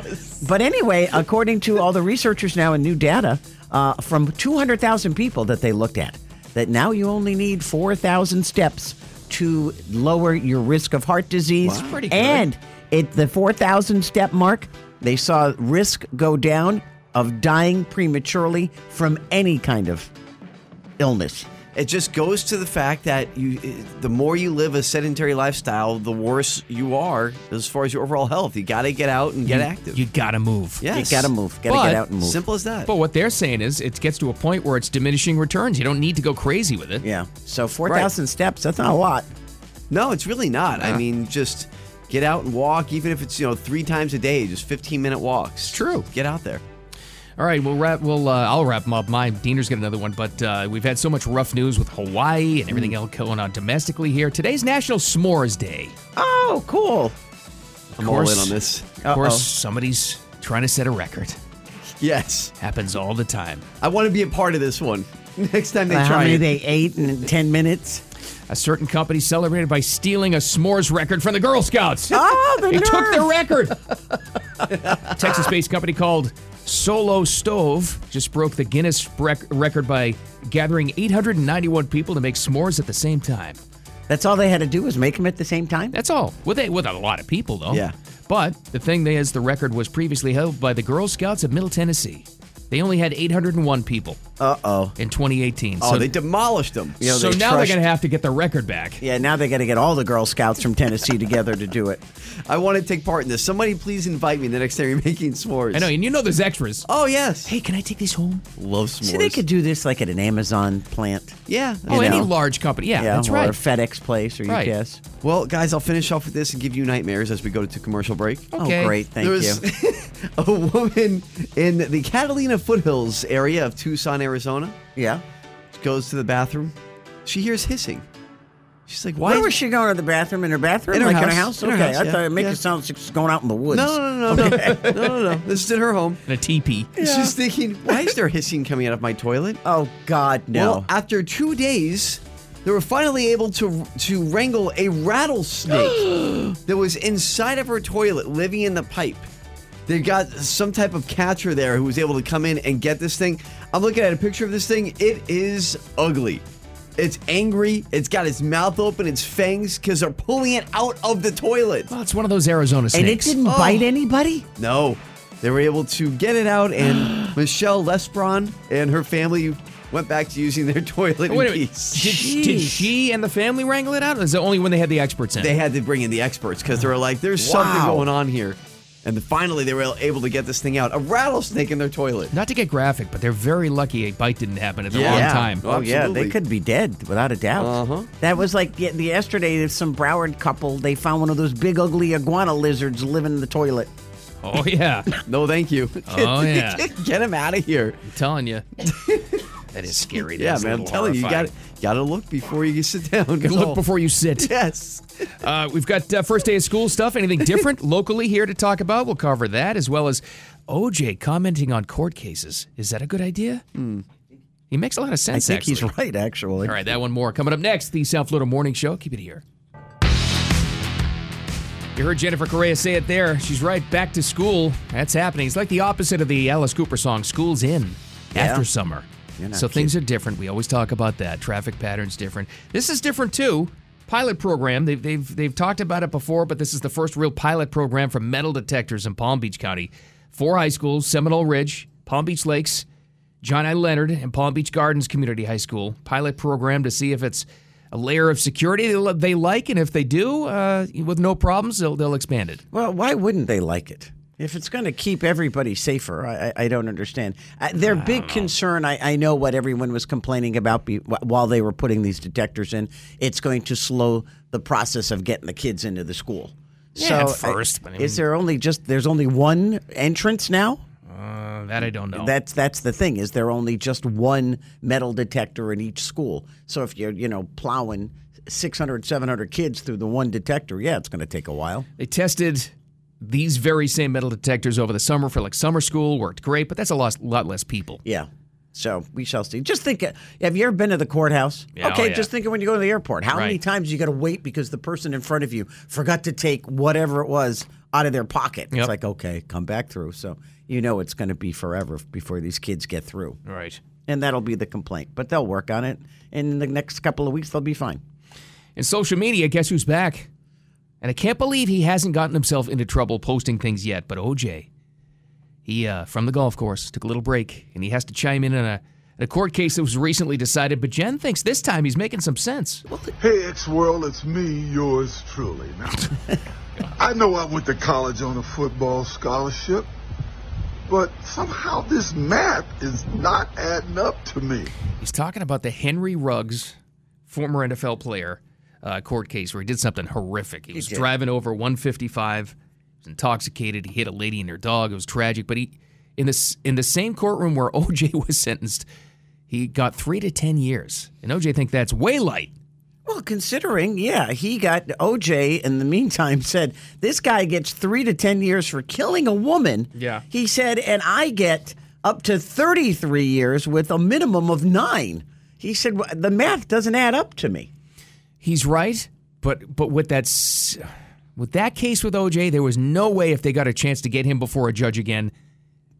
[SPEAKER 9] But anyway, according to all the researchers now and new data uh, from 200,000 people that they looked at, that now you only need 4,000 steps to lower your risk of heart disease.
[SPEAKER 13] Wow. That's pretty good.
[SPEAKER 9] And at the 4,000 step mark, they saw risk go down of dying prematurely from any kind of illness.
[SPEAKER 4] It just goes to the fact that you, the more you live a sedentary lifestyle, the worse you are as far as your overall health. You got to get out and get
[SPEAKER 3] You-
[SPEAKER 4] active.
[SPEAKER 3] You gotta move.
[SPEAKER 4] Yes. You gotta move. Gotta get out and move. Simple as that.
[SPEAKER 3] But what they're saying is, it gets to a point where it's diminishing returns. You don't need to go crazy with it.
[SPEAKER 9] Yeah. So four thousand steps. That's not a lot.
[SPEAKER 4] No, it's really not. I mean, just get out and walk, even if it's you know three times a day, just fifteen minute walks. true. Get out there.
[SPEAKER 3] All right, we'll wrap. We'll uh, I'll wrap 'em up. My Diener's got another one, but uh, we've had so much rough news with Hawaii and
[SPEAKER 4] Mm.
[SPEAKER 3] everything else going on domestically here. Today's National S'mores Day.
[SPEAKER 9] Oh, cool!
[SPEAKER 3] Of
[SPEAKER 4] I'm
[SPEAKER 3] course,
[SPEAKER 4] all in on this.
[SPEAKER 3] Of
[SPEAKER 4] Uh-oh.
[SPEAKER 3] course, somebody's trying to set a record.
[SPEAKER 4] Yes,
[SPEAKER 3] happens all the time.
[SPEAKER 4] I want to be a part of this one. Next time they
[SPEAKER 3] Well, how
[SPEAKER 4] try
[SPEAKER 3] many
[SPEAKER 4] it.
[SPEAKER 3] they
[SPEAKER 9] ate in ten minutes.
[SPEAKER 3] A certain company celebrated by stealing a s'mores record from the Girl Scouts.
[SPEAKER 9] Oh, the
[SPEAKER 3] they took the
[SPEAKER 9] nerve.
[SPEAKER 3] record. Texas-based company called Solo Stove just broke the Guinness rec- record by gathering 891 people to make s'mores at the same time.
[SPEAKER 9] That's all they had to do was make them at the same time.
[SPEAKER 3] That's all. With a, with a lot of people though.
[SPEAKER 4] Yeah.
[SPEAKER 3] But the thing is, the record was previously held by the Girl Scouts of Middle Tennessee. They only had 801 people.
[SPEAKER 4] Uh oh.
[SPEAKER 3] In 2018.
[SPEAKER 4] Oh,
[SPEAKER 3] So-
[SPEAKER 4] they demolished them.
[SPEAKER 9] You know,
[SPEAKER 3] so
[SPEAKER 9] they
[SPEAKER 3] now they're
[SPEAKER 9] crushed-
[SPEAKER 3] going to have to get the record back.
[SPEAKER 9] Yeah, now they got to get all the Girl Scouts from Tennessee together to do it.
[SPEAKER 4] I want to take part in this. Somebody please invite me the next time you're making s'mores.
[SPEAKER 3] I know, and you know there's extras.
[SPEAKER 4] Oh yes. Hey,
[SPEAKER 3] can I take these home?
[SPEAKER 4] Love s'mores.
[SPEAKER 9] See, they could do this like at an Amazon plant.
[SPEAKER 4] Yeah.
[SPEAKER 3] Oh,
[SPEAKER 9] You know?
[SPEAKER 4] Yeah,
[SPEAKER 9] or a FedEx place or UPS.
[SPEAKER 4] Well, guys, I'll finish off with this and give you nightmares as we go to commercial break.
[SPEAKER 9] Oh, Okay. great. Thank
[SPEAKER 4] There was a woman in the Catalina foothills area of Tucson, Arizona.
[SPEAKER 9] Yeah.
[SPEAKER 4] Goes to the bathroom. She hears hissing. She's like, why?
[SPEAKER 9] Why was she going to the bathroom? In her bathroom?
[SPEAKER 4] In her
[SPEAKER 9] like in her
[SPEAKER 4] house.
[SPEAKER 9] house?
[SPEAKER 4] In her
[SPEAKER 9] okay,
[SPEAKER 4] house,
[SPEAKER 9] I
[SPEAKER 4] yeah.
[SPEAKER 9] thought it made
[SPEAKER 4] Yeah.
[SPEAKER 9] it sound like she's going out in the woods.
[SPEAKER 4] No, no, no, no, no, no, no, no. This is in her home.
[SPEAKER 3] In a teepee.
[SPEAKER 4] She's thinking, why is there hissing coming out of my toilet?
[SPEAKER 9] Oh God, no.
[SPEAKER 4] Well, after two days, they were finally able to to wrangle a rattlesnake that was inside of her toilet, living in the pipe. They got some type of catcher there who was able to come in and get this thing. I'm looking at a picture of this thing. It is ugly. It's angry. It's got its mouth open, its fangs, because they're pulling it out of the toilet.
[SPEAKER 3] Well, it's one of those Arizona
[SPEAKER 9] and it didn't
[SPEAKER 4] Oh.
[SPEAKER 9] bite anybody.
[SPEAKER 4] No, they were able to get it out, and Michelle Lesbron and her family went back to using their toilet
[SPEAKER 3] Oh, Wait a
[SPEAKER 4] in
[SPEAKER 3] minute.
[SPEAKER 4] peace.
[SPEAKER 3] Did, did she and the family wrangle it out? Or is it only when they had the experts in?
[SPEAKER 4] They had to bring in the experts because they were like, "There's something
[SPEAKER 3] Wow.
[SPEAKER 4] going on here," and then finally they were able to get this thing out—a rattlesnake in their toilet.
[SPEAKER 3] Not to get graphic, but they're very lucky a bite didn't happen at the
[SPEAKER 4] Yeah.
[SPEAKER 3] wrong
[SPEAKER 4] Yeah.
[SPEAKER 3] time.
[SPEAKER 9] Oh, yeah, they could be dead without a doubt.
[SPEAKER 4] Uh-huh.
[SPEAKER 9] That was like the, the yesterday. There's some Broward couple. They found one of those big ugly iguana lizards living in the toilet.
[SPEAKER 3] Oh yeah.
[SPEAKER 4] no, thank you.
[SPEAKER 3] Oh yeah.
[SPEAKER 4] Get him out of here.
[SPEAKER 3] I'm telling you. That is scary. That
[SPEAKER 4] yeah,
[SPEAKER 3] is a
[SPEAKER 4] man. I'm
[SPEAKER 3] little
[SPEAKER 4] telling you, you got
[SPEAKER 3] horrifying.
[SPEAKER 4] to got to look before you sit down. Oh,
[SPEAKER 3] You look before you sit.
[SPEAKER 4] Yes.
[SPEAKER 3] Uh, we've got uh, first day of school stuff. Anything different locally here to talk about? We'll cover that as well as OJ commenting on court cases. Is that a good idea? He makes a lot of sense.
[SPEAKER 9] I think he's
[SPEAKER 3] actually.
[SPEAKER 9] right, actually.
[SPEAKER 3] All right, that one more coming up next. The South Florida Morning Show. Keep it here. You heard Jennifer Correa say it there. She's right. Back to school. That's happening. It's like the opposite of the Alice Cooper song, "School's In"
[SPEAKER 4] Yeah.
[SPEAKER 3] after summer.
[SPEAKER 4] You're not
[SPEAKER 3] So things are different. We always talk about that. Traffic patterns different. This is different too. Pilot program. They've they've they've talked about it before, but this is the first real pilot program for metal detectors in Palm Beach County. Four high schools: Seminole Ridge, Palm Beach Lakes, John I. Leonard, and Palm Beach Gardens Community High School. Pilot program to see if it's a layer of security they li- they like, and if they do, uh, with no problems, they'll they'll expand it.
[SPEAKER 9] Well, why wouldn't they like it? If it's going to keep everybody safer, I, I, I don't understand. I, their big concern, I, I know what everyone was complaining about be, wh- while they were putting these detectors in, it's going to slow the process of getting the kids into the school.
[SPEAKER 3] Yeah,
[SPEAKER 9] so
[SPEAKER 3] at
[SPEAKER 9] uh,
[SPEAKER 3] first, but I
[SPEAKER 9] is
[SPEAKER 3] mean-
[SPEAKER 9] there only just there's only one entrance now?
[SPEAKER 3] Uh, that I don't know.
[SPEAKER 9] That's that's the thing is there only just one metal detector in each school. So if you're you know plowing 600 700 kids through the one detector, yeah, it's going to take a while.
[SPEAKER 3] They tested these very same metal detectors over the summer for like summer school. Worked great, but that's a lot, lot less people.
[SPEAKER 9] Yeah. So we shall see. Just think. uh, Have you ever been to the courthouse?
[SPEAKER 3] Yeah, oh,
[SPEAKER 9] okay,
[SPEAKER 3] yeah.
[SPEAKER 9] just think of when you go to the airport. How many
[SPEAKER 3] Right.
[SPEAKER 9] times you got to wait because the person in front of you forgot to take whatever it was out of their pocket? It's
[SPEAKER 3] Yep.
[SPEAKER 9] like, okay, come back through. So you know it's going to be forever before these kids get through.
[SPEAKER 3] Right.
[SPEAKER 9] And that'll be the complaint. But they'll work on it. And in the next couple of weeks, they'll be fine.
[SPEAKER 3] And social media, guess who's back? And I can't believe he hasn't gotten himself into trouble posting things yet. But OJ, he uh, from the golf course took a little break, and he has to chime in on a, a court case that was recently decided. But Jen thinks this time he's making some sense.
[SPEAKER 13] Hey, X World, it's me, yours truly. Now, I know I went to college on a football scholarship, but somehow this math is not adding up to me.
[SPEAKER 3] He's talking about the Henry Ruggs, former NFL player, uh, court case where he did something horrific. He was
[SPEAKER 14] did.
[SPEAKER 3] driving over 155, was intoxicated. He hit a lady and her dog. It was tragic. But he, in this in the same courtroom where OJ was sentenced, he got three to ten years. And OJ think that's way light.
[SPEAKER 9] Well, considering, yeah, he got OJ in the meantime said this guy gets three to 10 years for killing a woman.
[SPEAKER 3] Yeah.
[SPEAKER 9] He said, and I get up to 33 years with a minimum of nine. He said, "Well, the math doesn't add up to me.
[SPEAKER 3] He's right, but but with that s- with that case with OJ, there was no way if they got a chance to get him before a judge again,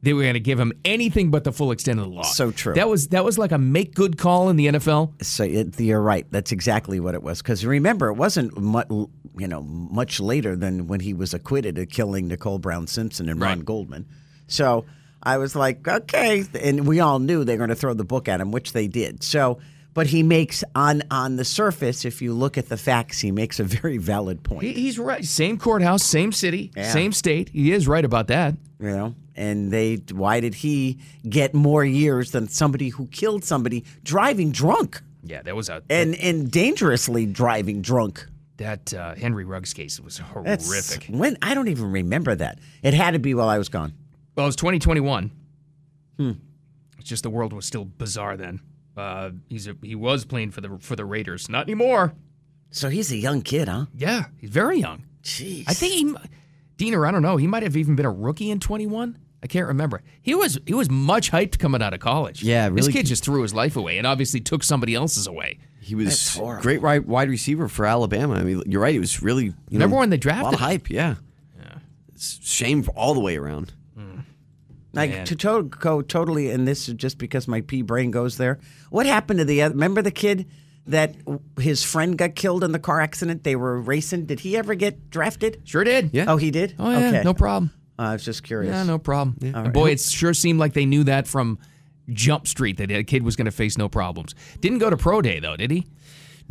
[SPEAKER 3] they were going to give him anything but the full extent of the law.
[SPEAKER 9] So true.
[SPEAKER 3] That was that was like a make good call in the NFL.
[SPEAKER 9] So it, you're right. That's exactly what it was. Because remember, it wasn't mu- you know much later than when he was acquitted of killing Nicole Brown Simpson and Ron Goldman. So I was like, okay, and we all knew they were going to throw the book at him, which they did. So, but he makes on on the surface, if you look at the facts, he makes a very valid point.
[SPEAKER 3] He, he's right. Same courthouse, same city,
[SPEAKER 9] Yeah.
[SPEAKER 3] same state. He is right about that.
[SPEAKER 9] You know, and they why did he get more years than somebody who killed somebody driving drunk
[SPEAKER 3] Yeah, that was a
[SPEAKER 9] and and dangerously driving drunk?
[SPEAKER 3] that uh, Henry Ruggs case was horrific.
[SPEAKER 9] That's- When I don't even remember that. It had to be while I was gone.
[SPEAKER 3] Well, it was 2021.
[SPEAKER 9] Hmm.
[SPEAKER 3] It's just the world was still bizarre then. Uh, he's a, he was playing for the for the Raiders, not anymore.
[SPEAKER 9] So he's a young kid, huh?
[SPEAKER 3] Yeah, he's very young.
[SPEAKER 9] Jeez.
[SPEAKER 3] I think he, m- Diener, I don't know. He might have even been a rookie in 21. I can't remember. He was he was much hyped coming out of college.
[SPEAKER 4] Yeah,
[SPEAKER 3] This
[SPEAKER 4] really-
[SPEAKER 3] kid just threw his life away and obviously took somebody else's away.
[SPEAKER 4] He was great ri- wide receiver for Alabama. I mean, you're right. It was really you
[SPEAKER 3] Remember
[SPEAKER 4] know,
[SPEAKER 3] when they
[SPEAKER 4] a
[SPEAKER 3] drafted
[SPEAKER 4] lot
[SPEAKER 3] him?
[SPEAKER 4] of hype. Yeah, It's shame all the way around.
[SPEAKER 9] Like
[SPEAKER 4] Man.
[SPEAKER 9] to, to go totally, and this is just because my pea brain goes there. What happened to the other? Remember the kid that w- his friend got killed in the car accident? They were racing. Did he ever get drafted?
[SPEAKER 3] Sure did.
[SPEAKER 4] Yeah.
[SPEAKER 9] Oh, he did.
[SPEAKER 3] Oh yeah,
[SPEAKER 9] Okay. Uh,
[SPEAKER 3] no problem.
[SPEAKER 9] I was just curious.
[SPEAKER 3] Yeah, no problem.
[SPEAKER 9] All
[SPEAKER 3] And
[SPEAKER 9] right.
[SPEAKER 3] boy, it sure seemed like they knew that from Jump Street that a kid was going to face no problems. Didn't go to pro day though, did he?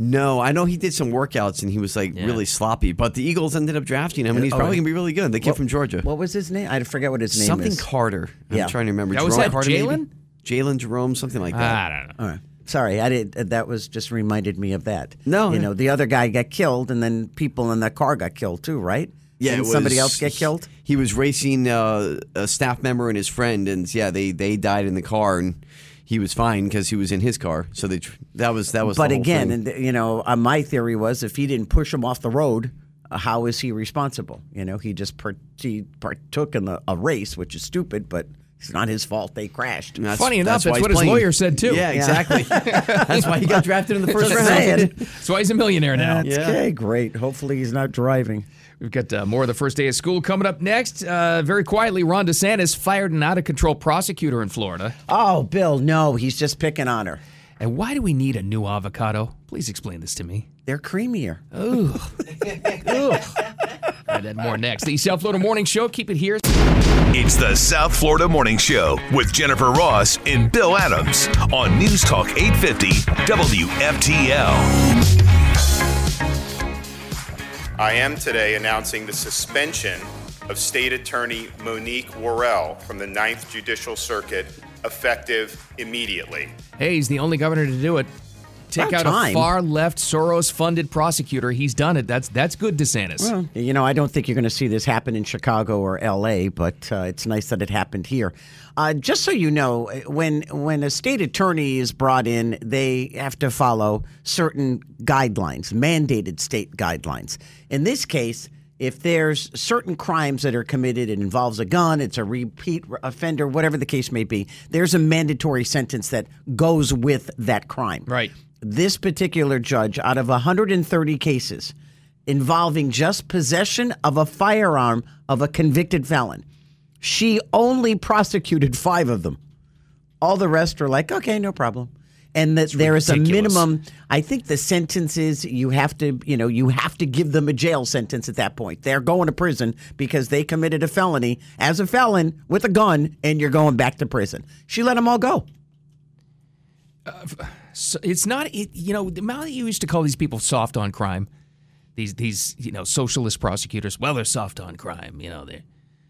[SPEAKER 4] No, I know he did some workouts and he was like really sloppy. But the Eagles ended up drafting him, and he's
[SPEAKER 9] Oh,
[SPEAKER 4] probably
[SPEAKER 9] and-
[SPEAKER 4] gonna be really good. The kid from Georgia,
[SPEAKER 9] What was his name? I forget what his name
[SPEAKER 4] something
[SPEAKER 9] is.
[SPEAKER 4] Carter.
[SPEAKER 9] Yeah.
[SPEAKER 4] I'm trying to remember.
[SPEAKER 9] That was that
[SPEAKER 4] Carter, maybe?
[SPEAKER 9] Jalen? Ah,
[SPEAKER 4] Jalen Jerome, something like that.
[SPEAKER 3] I don't
[SPEAKER 9] know. All right. Sorry, I did. That was just reminded me of that.
[SPEAKER 4] No,
[SPEAKER 9] you
[SPEAKER 4] yeah.
[SPEAKER 9] know the other guy got killed, and then people in the car got killed too, right?
[SPEAKER 4] Yeah,
[SPEAKER 9] Didn't
[SPEAKER 4] it
[SPEAKER 9] somebody
[SPEAKER 4] was-
[SPEAKER 9] else get killed.
[SPEAKER 4] He was racing uh, a staff member and his friend, and yeah, they they died in the car, and he was fine because he was in his car. So they tr- that was that was.
[SPEAKER 9] But
[SPEAKER 4] the whole
[SPEAKER 9] again,
[SPEAKER 4] thing.
[SPEAKER 9] and you know, uh, my theory was if he didn't push him off the road, uh, how is he responsible? You know, he just part- he partook in the, a race, which is stupid, but it's not his fault they crashed.
[SPEAKER 4] That's-
[SPEAKER 3] Funny enough, that's,
[SPEAKER 4] why he's
[SPEAKER 3] what his
[SPEAKER 4] playing.
[SPEAKER 3] lawyer said too.
[SPEAKER 4] Yeah, exactly. that's why he got drafted in the first
[SPEAKER 9] Just
[SPEAKER 4] round.
[SPEAKER 9] saying.
[SPEAKER 3] That's why he's a millionaire now.
[SPEAKER 9] That's okay, great. Hopefully, he's not driving.
[SPEAKER 3] We've got uh, more of the first day of school coming up next. Uh, very quietly, Ron DeSantis fired an out of control prosecutor in Florida.
[SPEAKER 9] Oh, Bill, no, he's just picking on her.
[SPEAKER 3] And why do we need a new avocado? Please explain this to me.
[SPEAKER 9] They're creamier.
[SPEAKER 3] Ooh. Ooh. And then more next. The South Florida Morning Show. Keep it here.
[SPEAKER 1] It's the South Florida Morning Show with Jennifer Ross and Bill Adams on News Talk 850 WFTL.
[SPEAKER 15] I am today announcing the suspension of State Attorney Monique Worrell from the Ninth Judicial Circuit effective immediately.
[SPEAKER 3] Hey, he's the only governor to do it. Take
[SPEAKER 9] About
[SPEAKER 3] out a
[SPEAKER 9] time.
[SPEAKER 3] far left Soros funded prosecutor. He's done it. That's that's good, DeSantis.
[SPEAKER 9] Well, you know, I don't think you're going to see this happen in Chicago or L.A., but uh, it's nice that it happened here. Uh, just so you know, eh, when when a state attorney is brought in, they have to follow certain guidelines, mandated state guidelines. In this case, if there's certain crimes that are committed, it involves a gun, it's a repeat offender, whatever the case may be. There's a mandatory sentence that goes with that crime.
[SPEAKER 3] Right.
[SPEAKER 9] This particular judge, out of 130 cases, involving just possession of a firearm of a convicted felon. She only prosecuted five of them. All the rest are like, okay, no problem. And that there is a
[SPEAKER 14] ridiculous.
[SPEAKER 9] minimum. I think the sentence is you have to, you know, you have to give them a jail sentence at that point. They're going to prison because they committed a felony as a felon with a gun, and you're going back to prison. She let them all go.
[SPEAKER 3] So it's not it, you know Mally used to call these people soft on crime these these you know socialist prosecutors well they're soft on crime you know they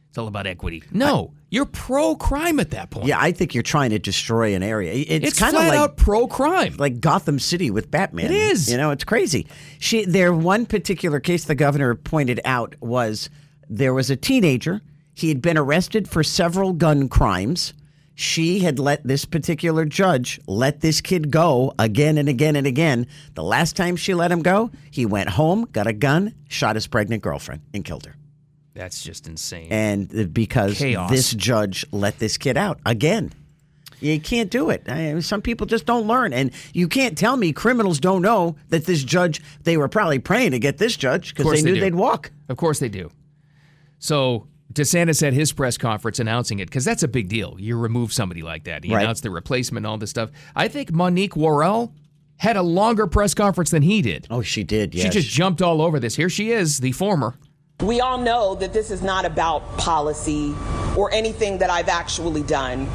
[SPEAKER 3] it's all about equity no you're pro crime at that point
[SPEAKER 9] Yeah, I think you're trying to destroy an area. It- It's,
[SPEAKER 3] It's
[SPEAKER 9] kind of
[SPEAKER 3] flat
[SPEAKER 9] like
[SPEAKER 3] out pro crime,
[SPEAKER 9] like Gotham City with Batman.
[SPEAKER 3] It is.
[SPEAKER 9] You know, it's crazy. She there one particular case the governor pointed out was there was a teenager. He had been arrested for several gun crimes. She had let this particular judge let this kid go again and again and again. The last time she let him go, he went home, got a gun, shot his pregnant girlfriend, and killed her
[SPEAKER 3] that's just insane
[SPEAKER 9] and because
[SPEAKER 3] Chaos.
[SPEAKER 9] this judge let this kid out again. You can't do it. I- some people just don't learn, and you can't tell me criminals don't know that this judge. They were probably praying to get this
[SPEAKER 3] Of
[SPEAKER 9] judge because
[SPEAKER 3] course
[SPEAKER 9] they knew
[SPEAKER 3] do.
[SPEAKER 9] would walk.
[SPEAKER 3] of course they do so DeSantis at his press conference announcing it because that's a big deal you remove somebody like that you
[SPEAKER 9] Right.
[SPEAKER 3] announce the replacement and all this stuff I think Monique Worrell had a longer press conference than he did
[SPEAKER 9] oh she did
[SPEAKER 3] she
[SPEAKER 16] yeah.
[SPEAKER 3] just jumped all over this here she is the former
[SPEAKER 16] We all know that this is not about policy or anything that I've actually done.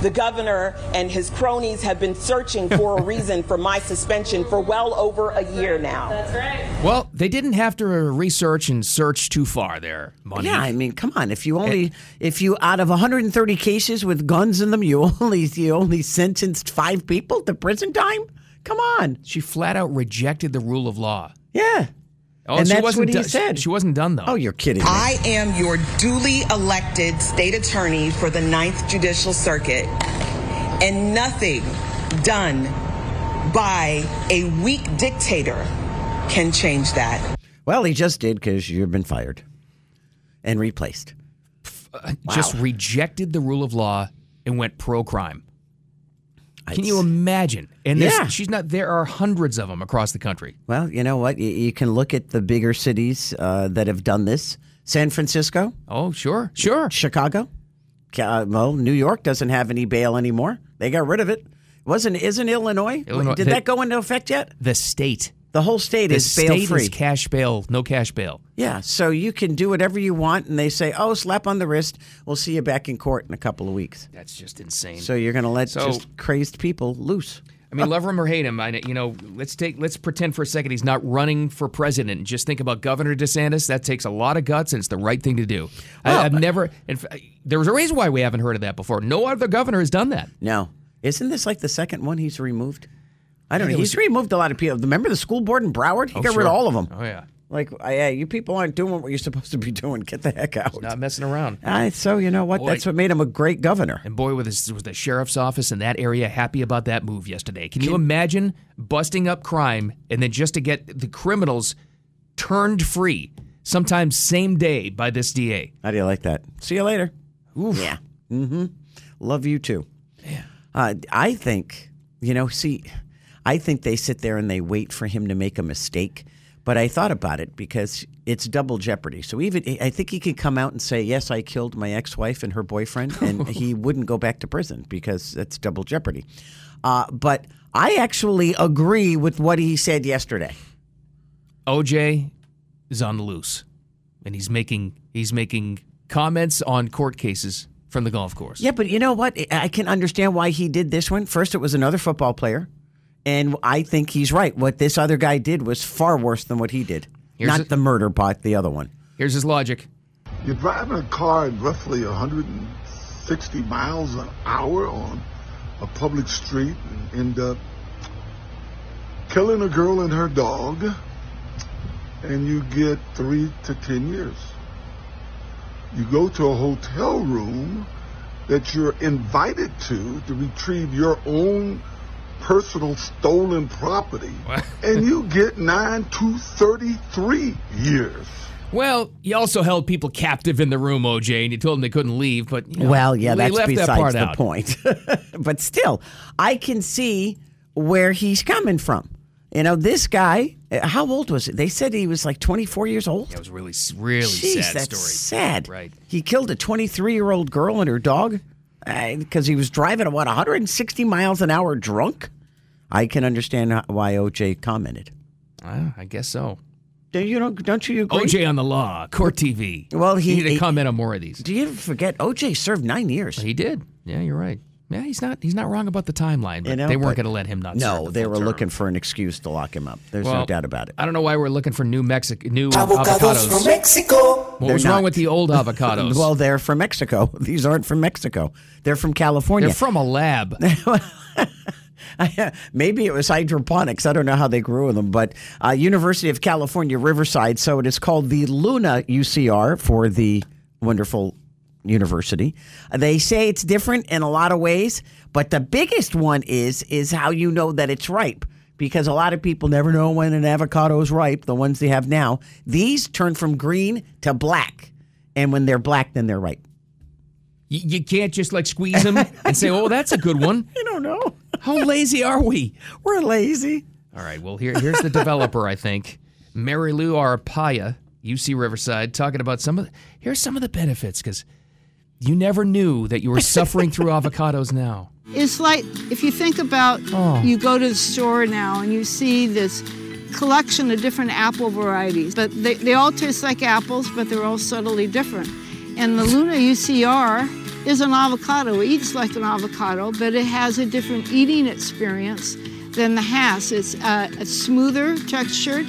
[SPEAKER 16] The governor and his cronies have been searching for a reason for my suspension for well over a year now. That's right.
[SPEAKER 3] Well, they didn't have to research and search too far there, Money.
[SPEAKER 9] Yeah, I mean, come on. If you only,
[SPEAKER 3] Eh.
[SPEAKER 9] if you out of 130 cases with guns in them, you only you only sentenced five people to prison time. Come on.
[SPEAKER 3] She flat out rejected the rule of law.
[SPEAKER 9] Yeah.
[SPEAKER 3] Oh,
[SPEAKER 9] and
[SPEAKER 3] she
[SPEAKER 9] that's
[SPEAKER 3] wasn't
[SPEAKER 9] what he
[SPEAKER 3] done-
[SPEAKER 9] said.
[SPEAKER 3] She wasn't done though.
[SPEAKER 9] Oh, you're kidding. me.
[SPEAKER 17] I am your duly elected state attorney for the Ninth Judicial Circuit, and nothing done by a weak dictator can change that.
[SPEAKER 9] Well, he just did because you've been fired and replaced.
[SPEAKER 3] Just rejected the rule of law and went pro crime. Can you imagine? And this,
[SPEAKER 9] Yeah.
[SPEAKER 3] she's not. There are hundreds of them across the country.
[SPEAKER 9] Well, you know what? You, you can look at the bigger cities uh, that have done this. San Francisco.
[SPEAKER 3] Oh, sure, sure.
[SPEAKER 9] Chicago. Ca- Uh, well, New York doesn't have any bail anymore. They got rid of it. Wasn't isn't Illinois?
[SPEAKER 3] Illinois-
[SPEAKER 9] Did
[SPEAKER 3] they-
[SPEAKER 9] that go into effect yet?
[SPEAKER 3] The state.
[SPEAKER 9] The whole state
[SPEAKER 3] The
[SPEAKER 9] is
[SPEAKER 3] state
[SPEAKER 9] bail free.
[SPEAKER 3] is cash bail, no cash bail.
[SPEAKER 9] yeah, so you can do whatever you want, and they say, "Oh, slap on the wrist. We'll see you back in court in a couple of weeks."
[SPEAKER 3] That's just insane.
[SPEAKER 9] So you're going to let
[SPEAKER 3] So-
[SPEAKER 9] just crazed people loose.
[SPEAKER 3] I mean, love him or hate him, I, you know, let's take let's pretend for a second he's not running for president. Just think about Governor DeSantis. That takes a lot of guts, and it's the right thing to do. I, I've never. In fact, there was a reason why we haven't heard of that before. No other governor has done that.
[SPEAKER 9] No, isn't this like the second one he's removed? I don't
[SPEAKER 3] Yeah,
[SPEAKER 9] know.
[SPEAKER 3] it
[SPEAKER 9] He's
[SPEAKER 3] was-
[SPEAKER 9] removed a lot of people. Remember the school board in Broward? He
[SPEAKER 3] Oh,
[SPEAKER 9] got rid
[SPEAKER 3] sure.
[SPEAKER 9] of all of them.
[SPEAKER 3] Oh yeah,
[SPEAKER 9] Like, uh, yeah, you people aren't doing what you're supposed to be doing. Get the heck out.
[SPEAKER 3] not messing around.
[SPEAKER 9] I, so you know what?
[SPEAKER 3] Boy.
[SPEAKER 9] That's what made him a great governor.
[SPEAKER 3] And boy, with his, was the sheriff's office in that area happy about that move yesterday. Can you imagine busting up crime and then just to get the criminals turned free, sometimes same day by this DA?
[SPEAKER 9] How do you like that? See you later.
[SPEAKER 3] Oof.
[SPEAKER 9] Yeah. Mm-hmm. Love you too. Uh, I think you know. See, I think they sit there and they wait for him to make a mistake. But I thought about it because it's double jeopardy. So even I think he could come out and say, "Yes, I killed my ex-wife and her boyfriend," and he wouldn't go back to prison because that's double jeopardy. Uh, but I actually agree with what he said yesterday.
[SPEAKER 3] OJ is on the loose, and he's making he's making comments on court cases from the golf course.
[SPEAKER 9] Yeah, but you know what? I I can understand why he did this one. First, it was another football player, and I think he's right. What this other guy did was far worse than what he did.
[SPEAKER 3] Here's
[SPEAKER 9] Not
[SPEAKER 3] a-
[SPEAKER 9] the murder part, the other one.
[SPEAKER 3] Here's his logic.
[SPEAKER 13] You're driving a car at roughly 160 miles an hour on a public street and end up killing a girl and her dog, and you get three to ten years. You go to a hotel room that you're invited to to retrieve your own personal stolen property, and you get nine to 33 years.
[SPEAKER 3] Well, you also held people captive in the room, OJ, and you told them they couldn't leave. But you know,
[SPEAKER 9] Well, yeah,
[SPEAKER 3] they
[SPEAKER 9] that's
[SPEAKER 3] left
[SPEAKER 9] besides
[SPEAKER 3] that part
[SPEAKER 9] the
[SPEAKER 3] out.
[SPEAKER 9] point. but still, I can see where he's coming from. You know, this guy, uh, how old was it? They said he was like 24 years old.
[SPEAKER 3] That was really, really
[SPEAKER 9] Jeez,
[SPEAKER 3] sad
[SPEAKER 9] that's
[SPEAKER 3] story.
[SPEAKER 9] sad.
[SPEAKER 3] Right.
[SPEAKER 9] He killed a 23 year old girl and her dog because he was driving, what, 160 miles an hour drunk? I can understand how- why OJ commented.
[SPEAKER 3] I guess so.
[SPEAKER 9] Do you don't, don't you agree?
[SPEAKER 3] OJ on the law, Court TV.
[SPEAKER 9] Well, he-
[SPEAKER 3] you need to
[SPEAKER 9] he-
[SPEAKER 3] comment on more of these.
[SPEAKER 9] Do you forget OJ served nine years?
[SPEAKER 3] He did. Yeah, you're right. Yeah, he's not. He's not wrong about the timeline. But
[SPEAKER 9] You know,
[SPEAKER 3] they weren't
[SPEAKER 9] but-
[SPEAKER 3] going to let him not. serve
[SPEAKER 9] No,
[SPEAKER 3] the
[SPEAKER 9] they
[SPEAKER 3] full
[SPEAKER 9] were
[SPEAKER 3] term.
[SPEAKER 9] looking for an excuse to lock him up. There's no
[SPEAKER 3] Well,
[SPEAKER 9] doubt about it.
[SPEAKER 3] I don't know why we're looking for new Mexico, new avocados.
[SPEAKER 9] Mexico.
[SPEAKER 3] What was wrong with the old avocados?
[SPEAKER 9] well, they're from Mexico. These aren't from Mexico. They're from California.
[SPEAKER 3] They're from a lab.
[SPEAKER 9] Maybe it was hydroponics. I don't know how they grew them, but uh, University of California Riverside. So it is called the Luna UCR for the wonderful university. They say it's different in a lot of ways, but the biggest one is is how you know that it's ripe because a lot of people never know when an avocado is ripe. The ones they have now, these turn from green to black, and when they're black, then they're ripe.
[SPEAKER 3] You, you can't just like squeeze them and say, "Oh, that's a good one."
[SPEAKER 9] I don't know.
[SPEAKER 3] How lazy are we?
[SPEAKER 9] We're lazy.
[SPEAKER 3] All right. Well, here here's the developer. I think Mary Lou Arpaia, UC Riverside, talking about some of. Here's some of the benefits because you never knew that you were suffering through avocados. Now,
[SPEAKER 14] It's like if you think about you go to the store now and you see this collection of different apple varieties, but they, they all taste like apples, but they're all subtly different. And the Luna UCR is an avocado. It eats like an avocado, but it has a different eating experience than the Hass. It's uh, it's smoother textured,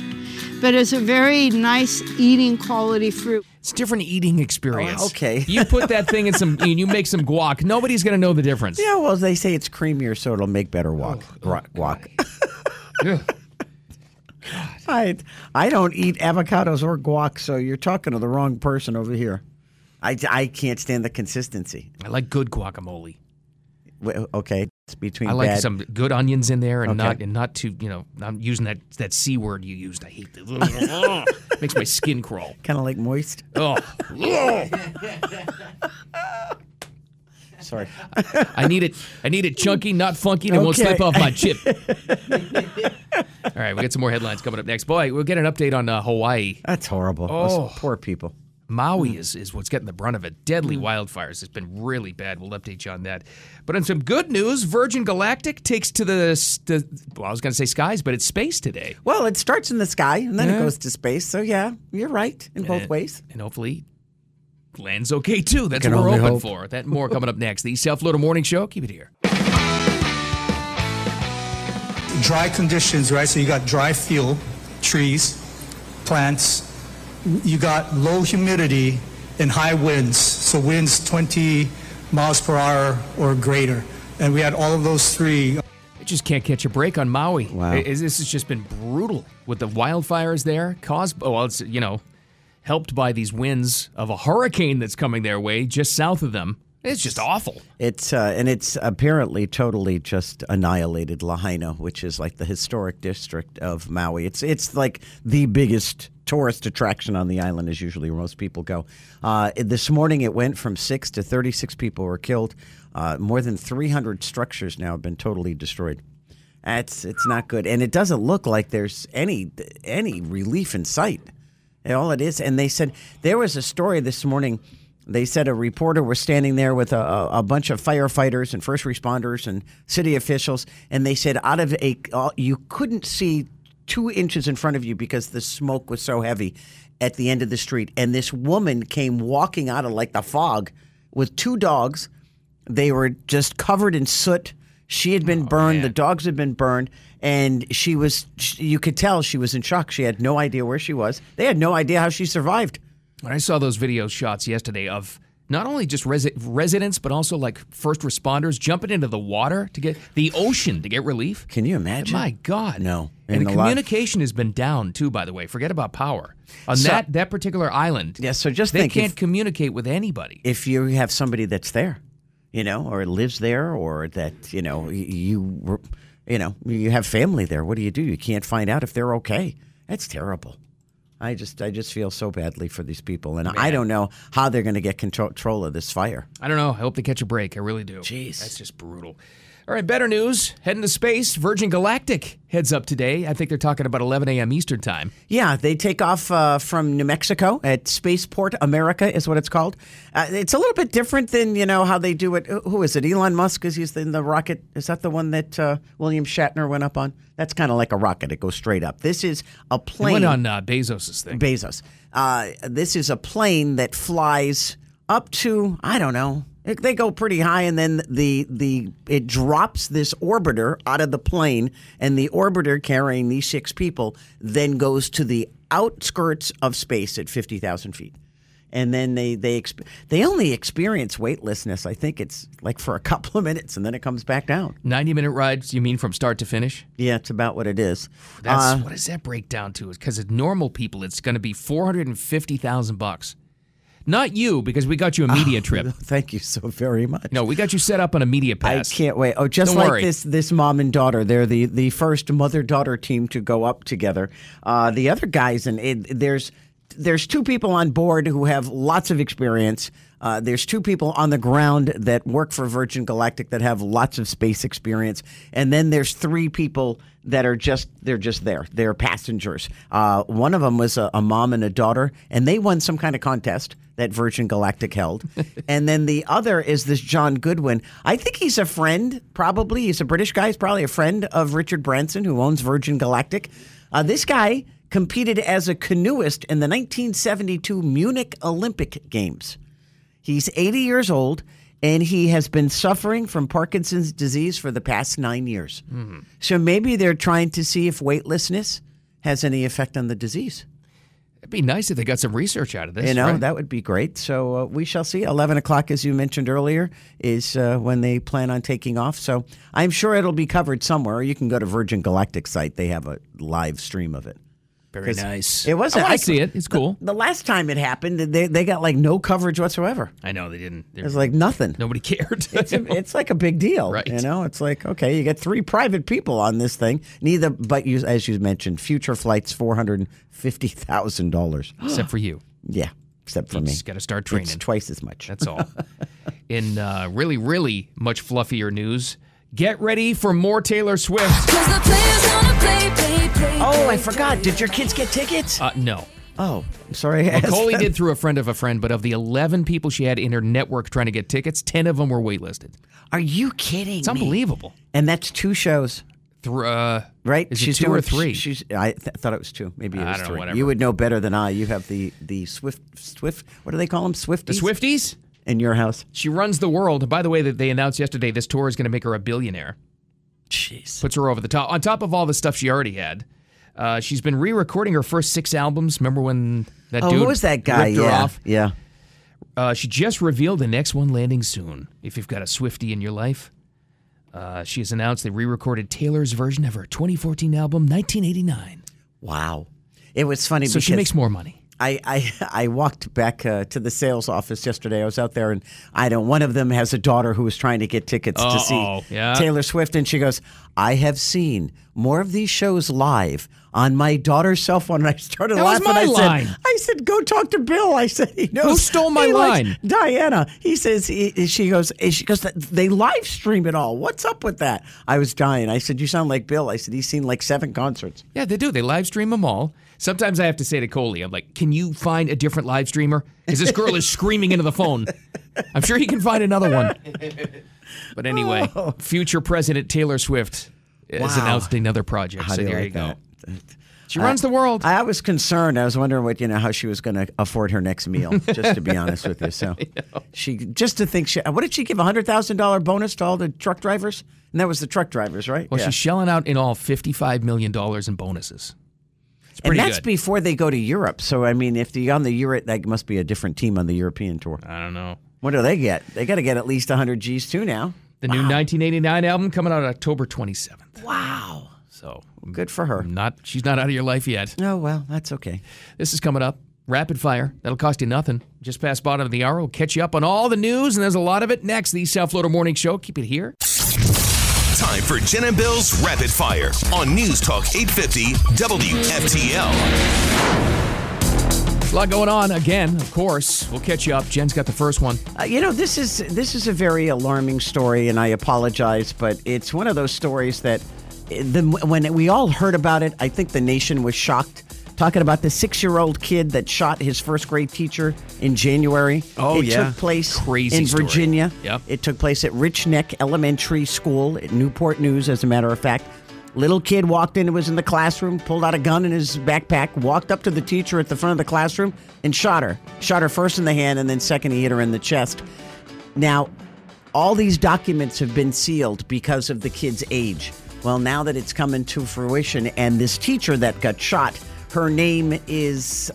[SPEAKER 14] but it's a very nice eating quality fruit.
[SPEAKER 3] It's different eating experience.
[SPEAKER 9] okay.
[SPEAKER 3] you put that thing in some, and you make some guac. Nobody's gonna know the difference.
[SPEAKER 9] Yeah, well, they say it's creamier, so it'll make better walk.
[SPEAKER 3] Oh,
[SPEAKER 9] ro- walk. I, I don't eat avocados or guac, so you're talking to the wrong person over here. I, I can't stand the consistency.
[SPEAKER 3] I like good guacamole.
[SPEAKER 9] Well, Okay, it's between
[SPEAKER 3] I like
[SPEAKER 9] bad-
[SPEAKER 3] some good onions in there, and
[SPEAKER 9] Okay.
[SPEAKER 3] not and not too. You know, I'm using that that c word you used. I hate that. Makes my skin crawl.
[SPEAKER 9] kind of like moist.
[SPEAKER 3] Oh,
[SPEAKER 9] Sorry.
[SPEAKER 3] I need it. I need it chunky, not funky, and it won't
[SPEAKER 9] Okay.
[SPEAKER 3] slip off my chip. All right, we got some more headlines coming up next. Boy, we'll get an update on uh, Hawaii.
[SPEAKER 9] That's horrible.
[SPEAKER 3] Oh.
[SPEAKER 9] Those poor people.
[SPEAKER 3] Maui is, is what's getting the brunt of it. Deadly
[SPEAKER 9] Hmm.
[SPEAKER 3] wildfires. It's been really bad. We'll update you on that. But on some good news, Virgin Galactic takes to the, s- the well, I was going to say skies, but it's space today.
[SPEAKER 9] Well, it starts in the sky and then
[SPEAKER 3] Yeah. Eh.
[SPEAKER 9] it goes to space. So yeah, you're right in both
[SPEAKER 3] And-
[SPEAKER 9] ways.
[SPEAKER 3] And hopefully lands okay too. That's
[SPEAKER 9] Can
[SPEAKER 3] what we're
[SPEAKER 9] only
[SPEAKER 3] hoping
[SPEAKER 9] hope.
[SPEAKER 3] for. That and more coming up next. The South Florida Morning Show. Keep it here.
[SPEAKER 2] dry conditions, right? So you got dry fuel, trees, plants. You got low humidity and high winds. So winds 20 miles per hour or greater. And we had all of those three.
[SPEAKER 3] I just can't catch a break on Maui. Wow. this has just been brutal with the wildfires there. Caused, oh, well, it's, you know, helped by these winds of a hurricane that's coming their way just south of them. It's just awful.
[SPEAKER 9] It's uh, and it's apparently totally just annihilated Lahaina, which is like the historic district of Maui. It's it's like the biggest tourist attraction on the island is usually where most people go. Uh, it- this morning it went from six to thirty six people were killed. Uh, more than three hundred structures now have been totally destroyed. It's it's not good, and it doesn't look like there's any any relief in sight. And all it is, and they said there was a story this morning. They said a reporter was standing there with a, a a bunch of firefighters and first responders and city officials, and they said out of a uh, you couldn't see two inches in front of you because the smoke was so heavy at the end of the street, and this woman came walking out of like the fog with two dogs. They were just covered in soot. She had
[SPEAKER 3] Oh,
[SPEAKER 9] been burned. The dogs had been burned, and she was. sh you could tell she was in shock. She had no idea where she was. They had no idea how she survived.
[SPEAKER 3] When I saw those video shots yesterday of not only just resi- residents, but also like first responders jumping into the water to get the ocean to get relief.
[SPEAKER 9] Can you imagine?
[SPEAKER 3] My God.
[SPEAKER 9] No.
[SPEAKER 3] And,
[SPEAKER 9] And
[SPEAKER 3] the
[SPEAKER 9] a lot-
[SPEAKER 3] communication has been down too, by the way. Forget about power. On
[SPEAKER 9] So-
[SPEAKER 3] that, that particular island,
[SPEAKER 9] yeah, so just
[SPEAKER 3] they
[SPEAKER 9] think if-
[SPEAKER 3] can't communicate with anybody.
[SPEAKER 9] if you have somebody that's there, you know, or lives there, or that you know y- you were- you know you have family there. What do you do? You can't find out if they're okay. That's terrible. I just I just feel so badly for these people, and I
[SPEAKER 3] Man.
[SPEAKER 9] don't know how they're going to get contro- control of this fire.
[SPEAKER 3] I don't know. I hope they catch a break. I really do. Jeez. That's just brutal. All right, better news. Heading to space. Virgin Galactic heads up today. I think they're talking about 11 a.m. Eastern time.
[SPEAKER 9] Yeah, they take off uh, from New Mexico at Spaceport America is what it's called. Uh, it's a little bit different than you know how they do it. Uh, Who who is it? Elon Musk is he's in the rocket. Is that the one that uh, William Shatner went up on? That's kind of like a rocket. It goes straight up. This is a
[SPEAKER 3] They
[SPEAKER 9] plane.
[SPEAKER 3] went on uh, Bezos' thing.
[SPEAKER 9] Bezos. Uh, this is a plane that flies up to I don't know. It- They go pretty high, and then the the it drops this orbiter out of the plane, and the orbiter carrying these six people then goes to the outskirts of space at fifty thousand feet, and then they they exp- they only experience weightlessness. I think it's like for a couple of minutes, and then it comes back down.
[SPEAKER 3] 90 minute rides, you mean from start to finish?
[SPEAKER 9] Yeah, it's about what it is.
[SPEAKER 3] That's
[SPEAKER 9] Uh,
[SPEAKER 3] what does that break down to? Because it's normal people, it's going to be 450,000 bucks. Not you, because we got you a media trip.
[SPEAKER 9] Thank you so very much.
[SPEAKER 3] No, we got you set up on a media pass.
[SPEAKER 9] I can't wait. Oh, just
[SPEAKER 3] Don't
[SPEAKER 9] like
[SPEAKER 3] worry.
[SPEAKER 9] this this mom and daughter. They're the the first mother daughter team to go up together. Uh, the other guys and it, there's there's two people on board who have lots of experience. Uh, there's two people on the ground that work for Virgin Galactic that have lots of space experience, and then there's three people that are just they're just there. They're passengers. Uh, one of them was a, a mom and a daughter, and they won some kind of contest that Virgin Galactic held. and then the other is this John Goodwin. I think he's a friend, probably. He's a British guy. He's probably a friend of Richard Branson, who owns Virgin Galactic. Uh, this guy competed as a canoeist in the 1972 Munich Olympic Games. He's 80 years old, and he has been suffering from Parkinson's disease for the past nine years.
[SPEAKER 18] Mhm.
[SPEAKER 9] So maybe they're trying to see if weightlessness has any effect on the disease.
[SPEAKER 3] It'd be nice if they got some research out of this.
[SPEAKER 9] you know,
[SPEAKER 3] right?
[SPEAKER 9] that would be great. So uh, we shall see. 11 o'clock, as you mentioned earlier, is uh, when they plan on taking off. So I'm sure it'll be covered somewhere. You can go to Virgin Galactic site, they have a live stream of it.
[SPEAKER 3] Very
[SPEAKER 9] 'Cause
[SPEAKER 3] nice.
[SPEAKER 9] It was.
[SPEAKER 3] I wanna see it. It's cool.
[SPEAKER 9] The, the last time it happened, they, they got like no coverage whatsoever.
[SPEAKER 3] I know they didn't.
[SPEAKER 9] It was like nothing.
[SPEAKER 3] Nobody cared.
[SPEAKER 9] It's, a, it's like a big deal, right? You know, it's like okay, you get three private people on this thing. Neither, but you, as you mentioned, future flights four hundred fifty thousand dollars,
[SPEAKER 3] Except for you.
[SPEAKER 9] Yeah, except for
[SPEAKER 3] You
[SPEAKER 9] me.
[SPEAKER 3] just gotta start training.
[SPEAKER 9] It's twice as much.
[SPEAKER 3] That's all. In uh, really, really much fluffier news, get ready for more Taylor Swift.
[SPEAKER 9] oh, I forgot. Did your kids get tickets?
[SPEAKER 3] Uh, no.
[SPEAKER 9] Oh, I'm sorry. I asked
[SPEAKER 3] Coley
[SPEAKER 9] that.
[SPEAKER 3] did through a friend of a friend, but of the 11 people she had in her network trying to get tickets, 10 of them were waitlisted.
[SPEAKER 9] Are you kidding?
[SPEAKER 3] It's unbelievable.
[SPEAKER 9] And that's two shows.
[SPEAKER 3] Through, uh,
[SPEAKER 9] Right?
[SPEAKER 3] Is it two or three?
[SPEAKER 9] She's. I th- thought it was two. Maybe it
[SPEAKER 3] I
[SPEAKER 9] was
[SPEAKER 3] don't know,
[SPEAKER 9] three.
[SPEAKER 3] whatever.
[SPEAKER 9] You would know better than I. You have the the Swift Swift. What do they call them? Swifties.
[SPEAKER 3] the Swifties?
[SPEAKER 9] in your house.
[SPEAKER 3] She runs the world. And by the way, that they announced yesterday, this tour is going to make her a billionaire.
[SPEAKER 9] Jeez.
[SPEAKER 3] Puts her over the top. On top of all the stuff she already had, uh, she's been re-recording her first six albums. Remember when that
[SPEAKER 9] oh,
[SPEAKER 3] dude
[SPEAKER 9] who was that guy?
[SPEAKER 3] ripped her
[SPEAKER 9] Yeah,
[SPEAKER 3] off?
[SPEAKER 9] yeah.
[SPEAKER 3] Uh, she just revealed the next one landing soon. If you've got a Swifty in your life, uh, she has announced they re-recorded Taylor's version of her 2014 album 1989.
[SPEAKER 9] Wow. It was funny.
[SPEAKER 3] So she
[SPEAKER 9] because
[SPEAKER 3] makes more money.
[SPEAKER 9] I, I, I walked back uh, to the sales office yesterday. I was out there, and I don't. One of them has a daughter who was trying to get tickets to
[SPEAKER 3] Uh-oh.
[SPEAKER 9] see
[SPEAKER 3] Yeah.
[SPEAKER 9] Taylor Swift, and she goes, "I have seen more of these shows live on my daughter's cell phone." And I started
[SPEAKER 3] That was
[SPEAKER 9] laughing.
[SPEAKER 3] my
[SPEAKER 9] I
[SPEAKER 3] line.
[SPEAKER 9] said, "I said, go talk to Bill." I said, "He knows."
[SPEAKER 3] stole my
[SPEAKER 9] He likes-
[SPEAKER 3] line?
[SPEAKER 9] Diana. He says. He, she goes. eh, She goes. They live stream it all. What's up with that? I was dying. I said, "You sound like Bill." I said, "He's seen like seven concerts."
[SPEAKER 3] Yeah, they do. They live stream them all. Sometimes I have to say to Coley, I'm like, can you find a different live streamer? Because this girl is screaming into the phone. I'm sure he can find another one. But anyway, future President Taylor Swift has
[SPEAKER 9] Oh. Wow.
[SPEAKER 3] announced another project.
[SPEAKER 9] How
[SPEAKER 3] so
[SPEAKER 9] do you
[SPEAKER 3] there
[SPEAKER 9] like
[SPEAKER 3] you go.
[SPEAKER 9] that?
[SPEAKER 3] She runs the world.
[SPEAKER 9] I was concerned. I was wondering what you know how she was going to afford her next meal. Just to be honest with you, so she just to think she what did she give a hundred thousand dollar bonus to all the truck drivers? And that was the truck drivers, right?
[SPEAKER 3] Well,
[SPEAKER 9] Yeah.
[SPEAKER 3] she's shelling out in all $55 million in bonuses. It's
[SPEAKER 9] and
[SPEAKER 3] pretty
[SPEAKER 9] that's
[SPEAKER 3] good.
[SPEAKER 9] before they go to Europe. So I mean, if the on the Europe, that must be a different team on the European tour.
[SPEAKER 3] I don't know.
[SPEAKER 9] What do they get? They got to get at least 100 G's too now.
[SPEAKER 3] The new 1989 album coming out October 27th.
[SPEAKER 9] Wow.
[SPEAKER 3] So
[SPEAKER 9] good for her.
[SPEAKER 3] Not she's not out of your life yet.
[SPEAKER 9] Oh well, that's okay.
[SPEAKER 3] This is coming up. Rapid fire. That'll cost you nothing. Just past bottom of the hour. We'll catch you up on all the news, and there's a lot of it next. The South Florida Morning Show. Keep it here.
[SPEAKER 1] Time for Jen and Bill's Rapid Fire on News Talk 850 WFTL.
[SPEAKER 3] A lot going on again, of course. We'll catch you up. Jen's got the first one.
[SPEAKER 9] Uh, you know, this is this is a very alarming story, and I apologize, but it's one of those stories that eh, the, when we all heard about it, I think the nation was shocked. Talking about the six-year-old kid that shot his first grade teacher in January.
[SPEAKER 4] Oh,
[SPEAKER 9] it
[SPEAKER 4] yeah.
[SPEAKER 9] took place
[SPEAKER 4] Crazy
[SPEAKER 9] in
[SPEAKER 4] story.
[SPEAKER 9] Virginia.
[SPEAKER 4] Yep.
[SPEAKER 9] It took place at Rich Neck Elementary School at Newport News, as a matter of fact. Little kid walked in, was in the classroom, pulled out a gun in his backpack, walked up to the teacher at the front of the classroom, and shot her. Shot her first in the hand, and then second, he hit her in the chest. Now, all these documents have been sealed because of the kid's age. Well, now that it's coming to fruition, and this teacher that got shot, her name is,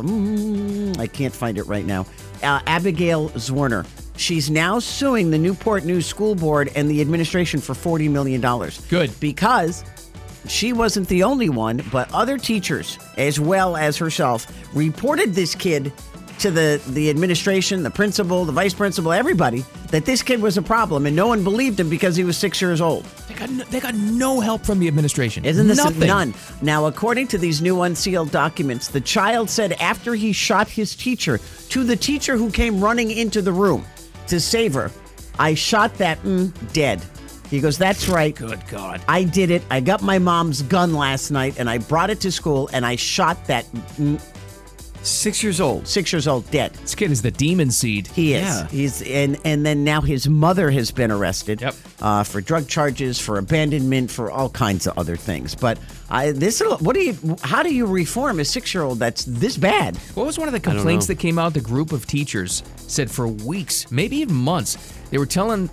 [SPEAKER 9] um, I can't find it right now, uh, Abigail Zwerner. She's now suing the Newport News School Board and the administration for $40 million.
[SPEAKER 3] Good.
[SPEAKER 9] Because she wasn't the only one, but other teachers, as well as herself, reported this kid to the, the administration, the principal, the vice principal, everybody, that this kid was a problem, and no one believed him because he was six years old.
[SPEAKER 3] They got no, they got no help from the administration.
[SPEAKER 9] Isn't this
[SPEAKER 3] Nothing.
[SPEAKER 9] none? Now, according to these new unsealed documents, the child said after he shot his teacher to the teacher who came running into the room to save her, I shot that mm, dead. He goes, That's right.
[SPEAKER 3] Good God.
[SPEAKER 9] I did it. I got my mom's gun last night and I brought it to school and I shot that. Mm,
[SPEAKER 4] Six years old.
[SPEAKER 9] Six years old, dead.
[SPEAKER 3] This kid is the demon seed.
[SPEAKER 9] He is.
[SPEAKER 3] Yeah.
[SPEAKER 9] He's and and then now his mother has been arrested uh, for drug charges, for abandonment, for all kinds of other things. But I this what do you how do you reform a six year old that's this bad?
[SPEAKER 3] What was one of the
[SPEAKER 9] I don't
[SPEAKER 3] complaints
[SPEAKER 9] know.
[SPEAKER 3] that came out? The group of teachers said for weeks, maybe even months, they were telling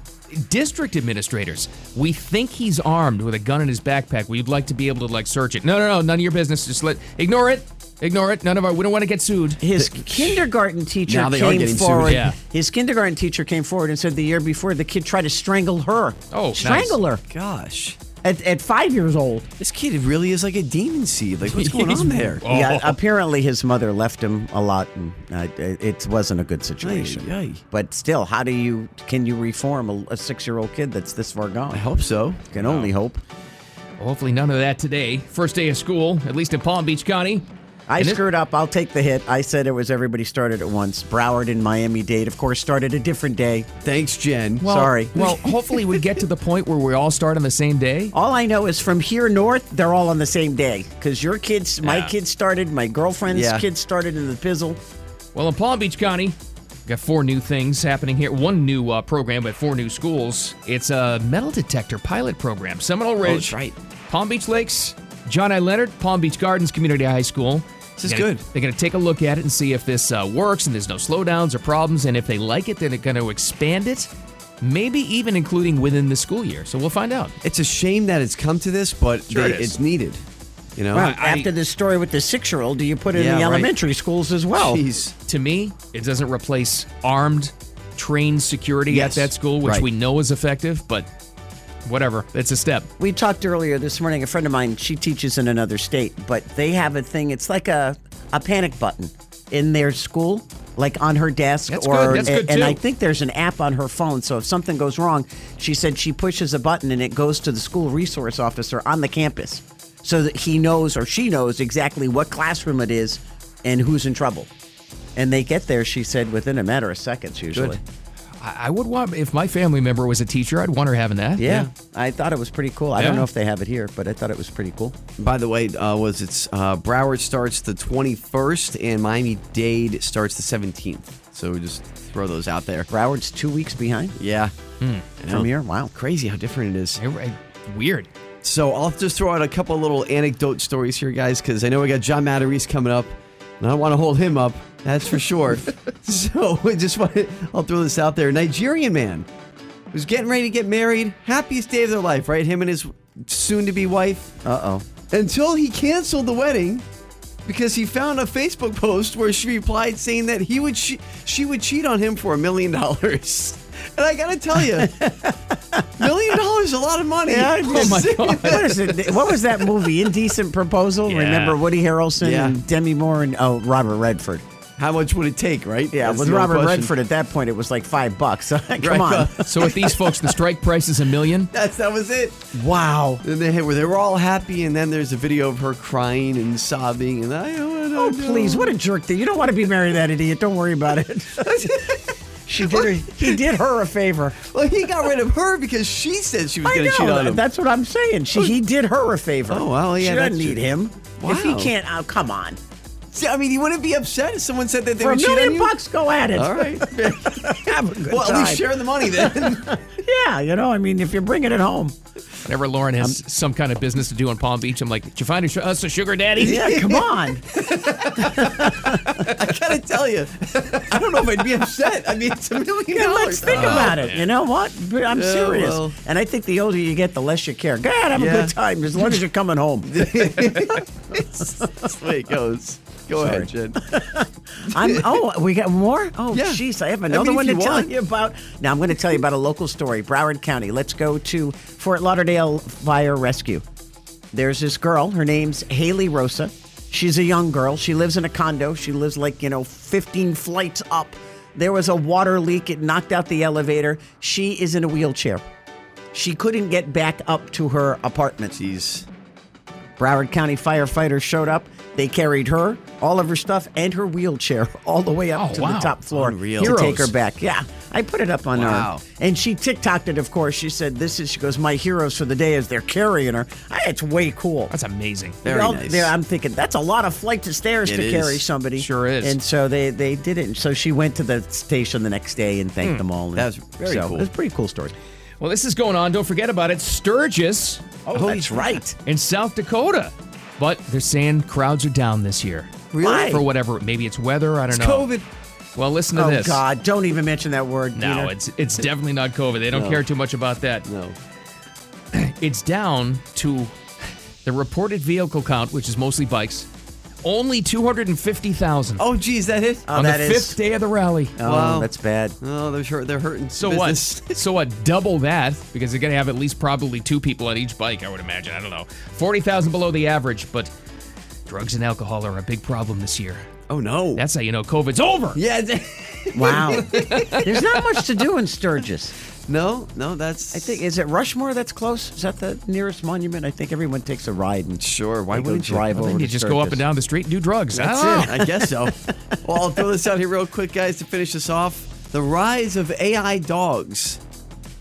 [SPEAKER 3] district administrators, "We think he's armed with a gun in his backpack. We'd like to be able to like search it." No, no, no, none of your business. Just let ignore it, ignore it. None of our. We don't want to get sued.
[SPEAKER 9] His kindergarten teacher
[SPEAKER 3] Now they are
[SPEAKER 9] came
[SPEAKER 3] getting sued.
[SPEAKER 9] forward.
[SPEAKER 3] Yeah.
[SPEAKER 9] His kindergarten teacher came forward and said the year before the kid tried to strangle her.
[SPEAKER 3] Oh,
[SPEAKER 9] strangle her.
[SPEAKER 4] Gosh.
[SPEAKER 9] At, at five years old.
[SPEAKER 4] This kid really is like a demon seed. Like, what's going on there?
[SPEAKER 9] Yeah,
[SPEAKER 3] Oh.
[SPEAKER 9] apparently his mother left him a lot, and uh, it it wasn't a good situation.
[SPEAKER 4] Ay, ay.
[SPEAKER 9] But still, how do you can you reform a, a six year old kid that's this far gone? I
[SPEAKER 4] hope so.
[SPEAKER 9] Can only hope.
[SPEAKER 3] Well, hopefully, none of that today. First day of school, at least in Palm Beach County.
[SPEAKER 9] I
[SPEAKER 3] And it-
[SPEAKER 9] screwed up. I'll take the hit. I said it was everybody started at once. Broward and Miami Dade, of course, started a different day.
[SPEAKER 4] Thanks, Jen.
[SPEAKER 3] Well,
[SPEAKER 9] Sorry.
[SPEAKER 3] Well, hopefully, we get to the point where we all start on the same day.
[SPEAKER 9] All I know is from here north, they're all on the same day because your kids, my
[SPEAKER 3] Yeah.
[SPEAKER 9] kids started, my girlfriend's
[SPEAKER 3] Yeah.
[SPEAKER 9] kids started in the pizzle.
[SPEAKER 3] Well, in Palm Beach County, we've got four new things happening here. One new uh, program at four new schools. It's a metal detector pilot program. Seminole Ridge,
[SPEAKER 4] Oh, that's right.
[SPEAKER 3] Palm Beach Lakes, John I. Leonard, Palm Beach Gardens Community High School.
[SPEAKER 4] This is
[SPEAKER 3] They're gonna-
[SPEAKER 4] good.
[SPEAKER 3] They're going to take a look at it and see if this uh, works and there's no slowdowns or problems. And if they like it, then they're going to expand it, maybe even including within the school year. So we'll find out.
[SPEAKER 4] It's a shame that it's come to this, but
[SPEAKER 3] Sure
[SPEAKER 4] they-
[SPEAKER 3] it is.
[SPEAKER 4] it's needed. You know,
[SPEAKER 9] Right. After this story with the six year old, do you put it
[SPEAKER 3] Yeah,
[SPEAKER 9] in the
[SPEAKER 3] right.
[SPEAKER 9] elementary schools as well?
[SPEAKER 3] To me, it doesn't replace armed, trained security
[SPEAKER 9] Yes.
[SPEAKER 3] at that school, which
[SPEAKER 9] Right.
[SPEAKER 3] we know is effective, but whatever. It's a step.
[SPEAKER 9] We talked earlier this morning. A friend of mine, she teaches in another state, but they have a thing. It's like a, a panic button in their school, like on her desk.
[SPEAKER 3] That's
[SPEAKER 9] or
[SPEAKER 3] good. That's good,
[SPEAKER 9] and, and I
[SPEAKER 3] too.
[SPEAKER 9] think there's an app on her phone. So if something goes wrong, she said she pushes a button and it goes to the school resource officer on the campus, so that he knows or she knows exactly what classroom it is and who's in trouble. And they get there, she said, within a matter of seconds usually.
[SPEAKER 3] I I would want if my family member was a teacher, I'd want her having that.
[SPEAKER 9] Yeah, I thought it was pretty cool. I
[SPEAKER 4] Yeah.
[SPEAKER 9] don't know if they have it here, but I thought it was pretty cool.
[SPEAKER 4] By the way, uh, was it's uh, Broward starts the 21st and Miami Dade starts the 17th. So we just throw those out there.
[SPEAKER 9] Broward's two weeks behind.
[SPEAKER 4] Yeah.
[SPEAKER 3] Hmm.
[SPEAKER 4] I know.
[SPEAKER 9] From here? Wow.
[SPEAKER 4] Crazy how different it is.
[SPEAKER 3] Weird.
[SPEAKER 4] So I'll just throw out a couple little anecdote stories here, guys, because I know we got John Matarese coming up, and I don't want to hold him up. That's for sure. so I just want to, I'll throw this out there. Nigerian man who's getting ready to get married, happiest day of their life, right? Him and his soon-to-be wife.
[SPEAKER 9] Uh oh.
[SPEAKER 4] Until he canceled the wedding because he found a Facebook post where she replied saying that he would she, she would cheat on him for a million dollars. And I gotta tell you, million dollars is a lot of money.
[SPEAKER 9] What, is it, what was that movie? Indecent Proposal.
[SPEAKER 4] Yeah.
[SPEAKER 9] Remember Woody Harrelson
[SPEAKER 4] Yeah.
[SPEAKER 9] and Demi Moore and oh Robert Redford.
[SPEAKER 4] How much would it take, right?
[SPEAKER 9] Yeah,
[SPEAKER 4] That's
[SPEAKER 9] with
[SPEAKER 4] the real
[SPEAKER 9] Robert
[SPEAKER 4] question.
[SPEAKER 9] Redford at that point, it was like five bucks. Come
[SPEAKER 4] Right.
[SPEAKER 9] on.
[SPEAKER 3] So with these folks, the strike price is a million.
[SPEAKER 4] That's that was it. Wow. And they where they were all happy, and then there's a video of her crying and sobbing, and I don't
[SPEAKER 9] Oh, please, what a jerk. That You don't want to be married to that idiot. Don't worry about it. she did her, he did her a favor.
[SPEAKER 4] Well, he got rid of her because she said she was
[SPEAKER 9] I
[SPEAKER 4] going to
[SPEAKER 9] know,
[SPEAKER 4] cheat on him.
[SPEAKER 9] That's what I'm saying. She, he did her a favor.
[SPEAKER 4] Oh, well, yeah,
[SPEAKER 9] She
[SPEAKER 4] that's
[SPEAKER 9] doesn't need
[SPEAKER 4] true.
[SPEAKER 9] him. If he
[SPEAKER 4] Wow.
[SPEAKER 9] can't, oh, come on.
[SPEAKER 4] See, I mean, you wouldn't be upset if someone said that they
[SPEAKER 9] For a
[SPEAKER 4] would cheat on
[SPEAKER 9] million
[SPEAKER 4] you.
[SPEAKER 9] bucks, go at it.
[SPEAKER 4] All right.
[SPEAKER 9] Have a good
[SPEAKER 4] well, at least
[SPEAKER 9] time.
[SPEAKER 4] share the money then.
[SPEAKER 9] yeah, you know, I mean, if you're bringing it home.
[SPEAKER 3] Whenever Lauren has some kind of business to do in Palm Beach, I'm like, did you find us- us a sugar daddy?
[SPEAKER 9] Yeah, come on.
[SPEAKER 4] I gotta tell you, I don't know if I'd be upset. I mean, it's a million
[SPEAKER 9] Yeah,
[SPEAKER 4] dollars.
[SPEAKER 9] let's think about it. You know what? But I'm
[SPEAKER 4] Yeah,
[SPEAKER 9] serious.
[SPEAKER 4] well.
[SPEAKER 9] And I think the older you get, the less you care. God, have
[SPEAKER 4] Yeah.
[SPEAKER 9] a good time as long as you're coming home.
[SPEAKER 4] That's the way it goes. Go
[SPEAKER 9] Sorry.
[SPEAKER 4] ahead, Jen.
[SPEAKER 9] I'm, oh, we got more? Oh,
[SPEAKER 4] Yeah.
[SPEAKER 9] jeez, I have
[SPEAKER 4] I mean,
[SPEAKER 9] another
[SPEAKER 4] if
[SPEAKER 9] one to
[SPEAKER 4] you
[SPEAKER 9] tell
[SPEAKER 4] want.
[SPEAKER 9] you about. Now, I'm going to tell you about a local story, Broward County. Let's go to Fort Lauderdale Fire Rescue. There's this girl. Her name's Haley Rosa. She's a young girl. She lives in a condo. She lives like, you know, 15 flights up. There was a water leak. It knocked out the elevator. She is in a wheelchair. She couldn't get back up to her apartment.
[SPEAKER 4] Jeez.
[SPEAKER 9] Broward County firefighters showed up. They carried her, all of her stuff, and her wheelchair all the way up
[SPEAKER 4] Oh,
[SPEAKER 9] to
[SPEAKER 4] wow.
[SPEAKER 9] the top floor
[SPEAKER 4] Unreal.
[SPEAKER 9] to
[SPEAKER 4] Heroes.
[SPEAKER 9] take her back. Yeah, I put it up on
[SPEAKER 4] Wow.
[SPEAKER 9] her, and she TikToked it. Of course, she said, "This is." She goes, "My heroes for the day is they're carrying her. Ah, it's way cool. That's
[SPEAKER 3] amazing.
[SPEAKER 4] Very
[SPEAKER 9] Well,
[SPEAKER 4] nice.
[SPEAKER 9] there- I'm thinking that's a lot of flights of stairs
[SPEAKER 4] It
[SPEAKER 9] to
[SPEAKER 4] is.
[SPEAKER 9] carry somebody.
[SPEAKER 4] Sure is.
[SPEAKER 9] And so they they did it. And so she went to the station the next day and thanked
[SPEAKER 3] Hmm.
[SPEAKER 9] them all. And
[SPEAKER 4] That was very
[SPEAKER 9] so
[SPEAKER 4] cool.
[SPEAKER 9] It was a pretty cool story.
[SPEAKER 3] Well, this is going on. Don't forget about it. Sturgis.
[SPEAKER 9] Oh, that's right.
[SPEAKER 3] In South Dakota. But they're saying crowds are down this year.
[SPEAKER 9] Really? Why?
[SPEAKER 3] For whatever. Maybe it's weather. I don't
[SPEAKER 9] It's
[SPEAKER 3] know.
[SPEAKER 9] COVID.
[SPEAKER 3] Well, listen to
[SPEAKER 9] oh
[SPEAKER 3] this.
[SPEAKER 9] God! Don't even mention that word.
[SPEAKER 3] No,
[SPEAKER 9] Peter.
[SPEAKER 3] it's it's definitely not COVID. They don't
[SPEAKER 9] No.
[SPEAKER 3] care too much about that.
[SPEAKER 4] No.
[SPEAKER 3] It's down to the reported vehicle count, which is mostly bikes, only 250,000.
[SPEAKER 4] Oh, geez, that is
[SPEAKER 3] on the fifth day of the rally.
[SPEAKER 9] Oh, that's bad.
[SPEAKER 4] Oh, they're hurt. They're hurting.
[SPEAKER 3] So what? So what? Double that because they're going to have at least probably two people on each bike. I would imagine. I don't know. Forty thousand below the average, but drugs and alcohol are a big problem this year.
[SPEAKER 4] Oh no!
[SPEAKER 3] That's how you know COVID's over.
[SPEAKER 4] Yeah.
[SPEAKER 9] Wow. There's not much to do in Sturgis.
[SPEAKER 4] No, no, that's.
[SPEAKER 9] I think is it Rushmore that's close? Is that the nearest monument? I think everyone takes a ride and
[SPEAKER 4] sure. Why
[SPEAKER 9] would
[SPEAKER 4] wouldn't you?
[SPEAKER 9] drive
[SPEAKER 4] Well,
[SPEAKER 9] over?
[SPEAKER 3] then you
[SPEAKER 9] to
[SPEAKER 3] just go up
[SPEAKER 9] Sturgis.
[SPEAKER 3] and down the street and do drugs. I
[SPEAKER 4] That's
[SPEAKER 3] don't
[SPEAKER 4] it.
[SPEAKER 3] know.
[SPEAKER 4] I guess so. well, I'll throw this out here real quick, guys, to finish this off. The rise of AI dogs.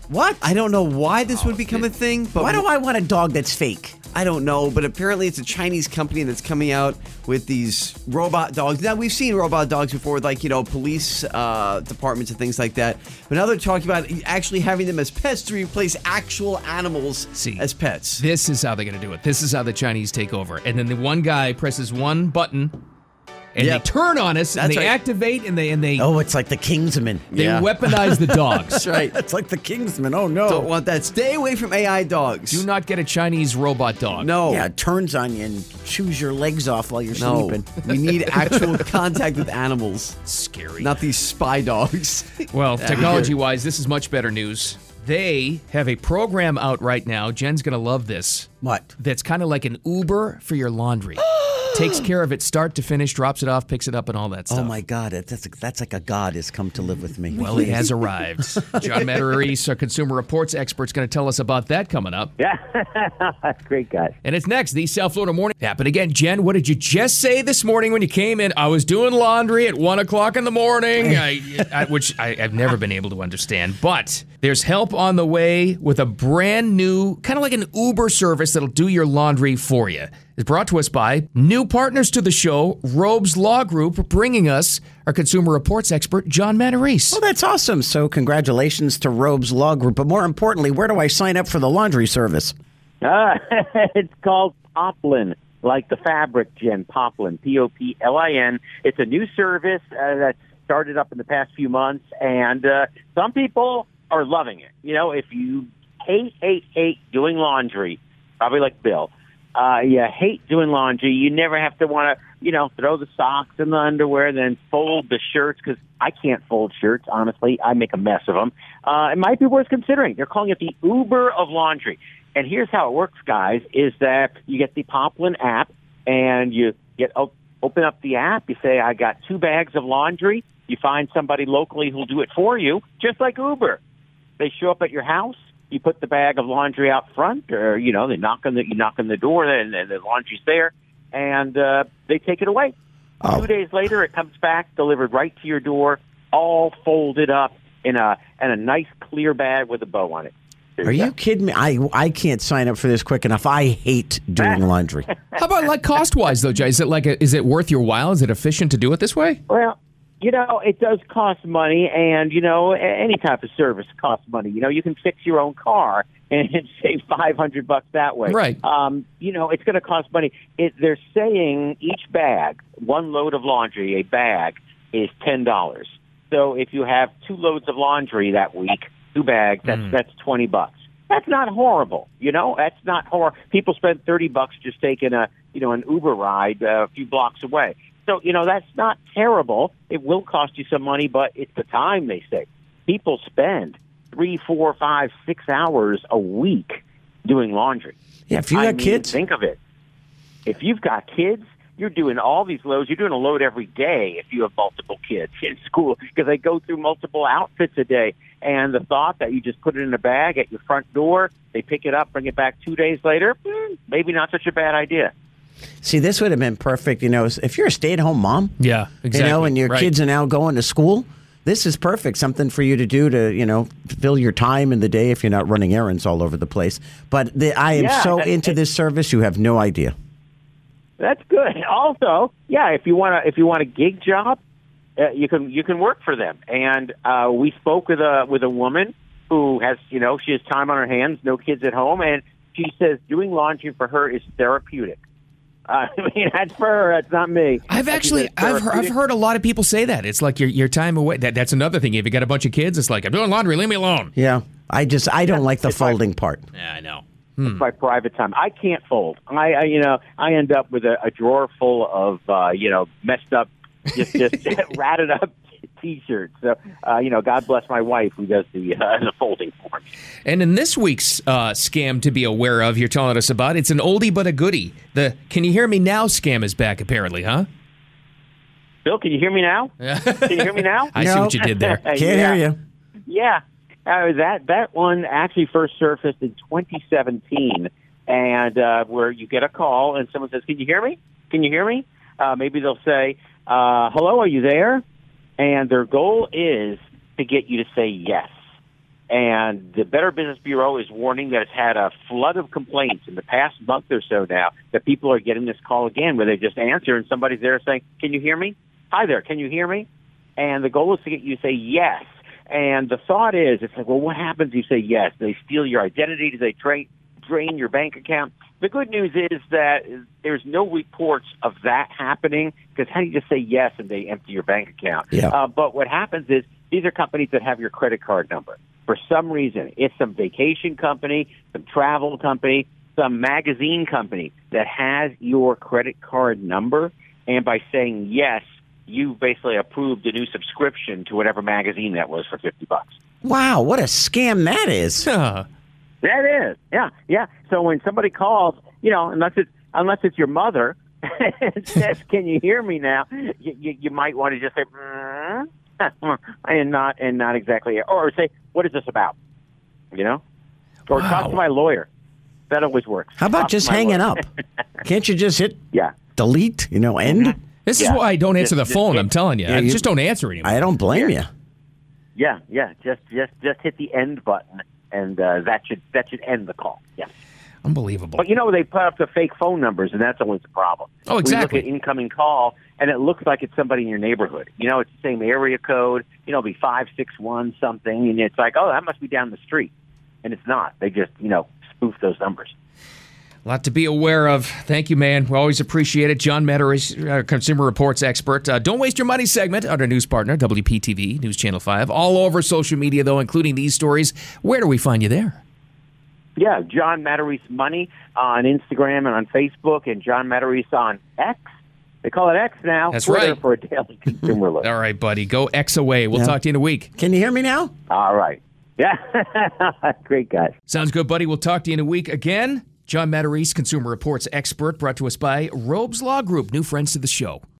[SPEAKER 9] What? Oh,
[SPEAKER 4] I don't know why this would become a thing, but
[SPEAKER 9] Why do I want a dog that's fake?
[SPEAKER 4] I don't know, but apparently it's a Chinese company that's coming out with these robot dogs. Now we've seen robot dogs before, with, like you know, police uh, departments and things like that. But now they're talking about actually having them as pets to replace actual animals as pets.
[SPEAKER 3] This is how they're going to do it. This is how the Chinese take over. And then the one guy presses one button, and
[SPEAKER 4] Yep.
[SPEAKER 3] they turn on us, and
[SPEAKER 4] That's
[SPEAKER 3] they
[SPEAKER 4] right.
[SPEAKER 3] activate, and they and they
[SPEAKER 9] Oh, it's like the Kingsman.
[SPEAKER 3] they weaponize the dogs.
[SPEAKER 4] That's right.
[SPEAKER 9] It's like the Kingsman. Oh no.
[SPEAKER 4] Don't want that. Stay away from AI dogs.
[SPEAKER 3] Do not get a Chinese robot dog.
[SPEAKER 4] No.
[SPEAKER 9] Yeah, it turns on you and chews your legs off while you're
[SPEAKER 4] No,
[SPEAKER 9] sleeping.
[SPEAKER 4] we need actual contact with animals,
[SPEAKER 3] Scary.
[SPEAKER 4] not these spy dogs.
[SPEAKER 3] Well, technology wise, this is much better news. They have a program out right now. Jen's going to love this.
[SPEAKER 9] What?
[SPEAKER 3] That's kind of like an Uber for your laundry. Takes care of it start to finish, drops it off, picks it up, and all that stuff.
[SPEAKER 9] Oh my God! it- That's that's like a god has come to live with me.
[SPEAKER 3] Well, it has arrived. John Matarese, our consumer reports expert, is going to tell us about that coming up.
[SPEAKER 18] Yeah. Great guys.
[SPEAKER 3] And it's next, the South Florida Morning. Happened again. Jen, what did you just say this morning when you came in? I was doing laundry at 1 o'clock in the morning, I, I, which I, I've never been able to understand. But there's help on the way with a brand new, kind of like an Uber service that'll do your laundry for you. It's brought to us by new partners to the show, Robes Law Group, bringing us our consumer reports expert, John Matarese.
[SPEAKER 9] Well, that's awesome. So, congratulations to Robes Law Group. But more importantly, where do I sign up for the laundry service?
[SPEAKER 18] Ah, it's called Poplin, like the fabric, Jen. Poplin, P O P L I N. It's a new service uh, that started up in the past few months, and uh, some people are loving it. You know, if you hate, hate, hate doing laundry, probably like Bill,
[SPEAKER 9] Uh, you hate doing laundry. You never have to want to, you know, throw the socks and the underwear, then fold the shirts because I can't fold shirts. Honestly, I make a mess of them. Uh, it might be worth considering. They're calling it the Uber of laundry. And here's how it works, guys: is that you get the Poplin app and you get op- open up the app. You say, "I got two bags of laundry." You find somebody locally who'll do it for you, just like Uber. They show up at your house. You put the bag of laundry out front, or you know, they knock on the you knock on the door, and, and the laundry's there, and uh, they take it away.
[SPEAKER 4] Oh.
[SPEAKER 9] Two days later, it comes back delivered right to your door, all folded up in a in a nice clear bag with a bow on it.
[SPEAKER 4] Are you kidding me? I I can't sign up for this quick enough. I hate doing laundry.
[SPEAKER 3] How about like cost wise though, Jay? Is it like a, is it worth your while? Is it efficient to do it this way?
[SPEAKER 9] Well, you know, it does cost money, and you know, a- any type of service costs money. You know, you can fix your own car and save five hundred bucks that way.
[SPEAKER 19] Right.
[SPEAKER 9] Um, you know, it's going to cost money. It, they're saying each bag, one load of laundry, a bag is ten dollars. So if you have two loads of laundry that week, two bags, that's
[SPEAKER 4] Hmm.
[SPEAKER 19] Mm.
[SPEAKER 9] that's twenty bucks. That's not horrible, you know. That's not horrible. People spend thirty bucks just taking a you know an Uber ride uh, a few blocks away. So you know that's not terrible. It will cost you some money, but it's the time they say. People spend three, four, five, six hours a week doing laundry.
[SPEAKER 4] Yeah, if you
[SPEAKER 9] I
[SPEAKER 4] got
[SPEAKER 9] mean,
[SPEAKER 4] kids.
[SPEAKER 9] think of it. If you've got kids, you're doing all these loads. You're doing a load every day if you have multiple kids in school because they go through multiple outfits a day. And the thought that you just put it in a bag at your front door, they pick it up, bring it back two days later, hmm, maybe not such a bad idea.
[SPEAKER 4] See, this would have been perfect. You know, if you're a stay-at-home mom.
[SPEAKER 3] Yeah,
[SPEAKER 4] You know,
[SPEAKER 3] exactly,
[SPEAKER 4] and your
[SPEAKER 3] right.
[SPEAKER 4] kids are now going to school. This is perfect. Something for you to do to, you know, fill your time in the day if you're not running errands all over the place. But the, I am
[SPEAKER 9] Yeah,
[SPEAKER 4] so
[SPEAKER 9] that-
[SPEAKER 4] into this service, you have no idea.
[SPEAKER 9] That's good. Also, yeah, if you want to, if you want a gig job, uh, you can you can work for them. And uh, we spoke with a with a woman who has you know she has time on her hands, no kids at home, and she says doing laundry for her is therapeutic. Uh, I mean, that's for her. That's not me.
[SPEAKER 3] I've actually I've heard, I've heard a lot of people say that. It's like your your time away. That, that's another thing. If you got a bunch of kids, it's like I'm doing laundry. Leave me alone.
[SPEAKER 4] Yeah. I just, I don't like the folding part.
[SPEAKER 3] Yeah, I know.
[SPEAKER 9] It's my private time. I can't fold. I, I you know, I end up with a, a drawer full of uh, you know messed up, just just ratted up t-shirts. So uh, you know, God bless my wife who does the uh, the folding for me.
[SPEAKER 3] And in this week's uh, scam to be aware of, you're telling us about it's an oldie but a goodie. The can you hear me now scam is back apparently, huh?
[SPEAKER 9] Bill, can you hear me now? Can you hear me now?
[SPEAKER 3] I see what you did there.
[SPEAKER 9] Yeah. Yeah, uh, that that one actually first surfaced in 2017, and uh, where you get a call and someone says, "Can you hear me? Can you hear me?" Uh, maybe they'll say, uh, "Hello, are you there?" And their goal is to get you to say yes. And the Better Business Bureau is warning that it's had a flood of complaints in the past month or so now that people are getting this call again where they just answer and somebody's there saying, "Can you hear me? Hi there, can you hear me?" And the goal is to get you to say yes. And the thought is, it's like, well, what happens if you say yes? Do they steal your identity? Do they tra- drain your bank account? The good news is that there's no reports of that happening because how do you just say yes and they empty your bank account?
[SPEAKER 19] Yeah.
[SPEAKER 9] Uh, but what happens is these are companies that have your credit card number. For some reason, it's some vacation company, some travel company, some magazine company that has your credit card number. And by saying yes, you basically approved a new subscription to whatever magazine that was for 50 bucks.
[SPEAKER 4] Wow, what a scam that is.
[SPEAKER 9] That is. Yeah, yeah. So when somebody calls, you know, unless it's unless it's your mother and says, "Can you hear me now?" You, you, you might want to just say, "Mm," and not and not exactly, or say, "What is this about?" You know, or talk to my lawyer. That always works.
[SPEAKER 4] How about
[SPEAKER 9] Talk to
[SPEAKER 4] just
[SPEAKER 9] my
[SPEAKER 4] hanging
[SPEAKER 9] lawyer.
[SPEAKER 4] up? Can't you just hit
[SPEAKER 9] yeah.
[SPEAKER 4] delete, you know, end?
[SPEAKER 3] This is why I don't answer the phone. I'm telling you,
[SPEAKER 4] Yeah,
[SPEAKER 3] I
[SPEAKER 4] you-
[SPEAKER 3] just don't answer anymore.
[SPEAKER 4] I don't blame you.
[SPEAKER 9] Yeah, yeah. Just just just hit the end button, and uh, that should that should end the call. Yeah.
[SPEAKER 3] Unbelievable.
[SPEAKER 9] But you know they put up the fake phone numbers, and that's always a problem.
[SPEAKER 3] Oh, exactly.
[SPEAKER 9] We look at incoming call, and it looks like it's somebody in your neighborhood. You know, it's the same area code. You know, it'll be five six one something, and it's like, oh, that must be down the street, and it's not. They just you know spoof those numbers.
[SPEAKER 3] A lot to be aware of. Thank you, man. We always appreciate it. John Metter is uh, consumer reports expert. Uh, don't waste your money segment under news partner WPTV News Channel Five. All over social media though, including these stories. Where do we find you there?
[SPEAKER 9] Yeah, John Matarese Money on Instagram and on Facebook, and John Matarese on X. They call it X now.
[SPEAKER 3] That's
[SPEAKER 9] Twitter
[SPEAKER 3] right.
[SPEAKER 9] For a daily consumer look.
[SPEAKER 3] All right, buddy. Go X away. We'll talk to you in a week.
[SPEAKER 4] Can you hear me now?
[SPEAKER 9] All right. Yeah. Great guys.
[SPEAKER 3] Sounds good, buddy. We'll talk to you in a week again. John Matarese, Consumer Reports expert, brought to us by Robes Law Group, new friends to the show.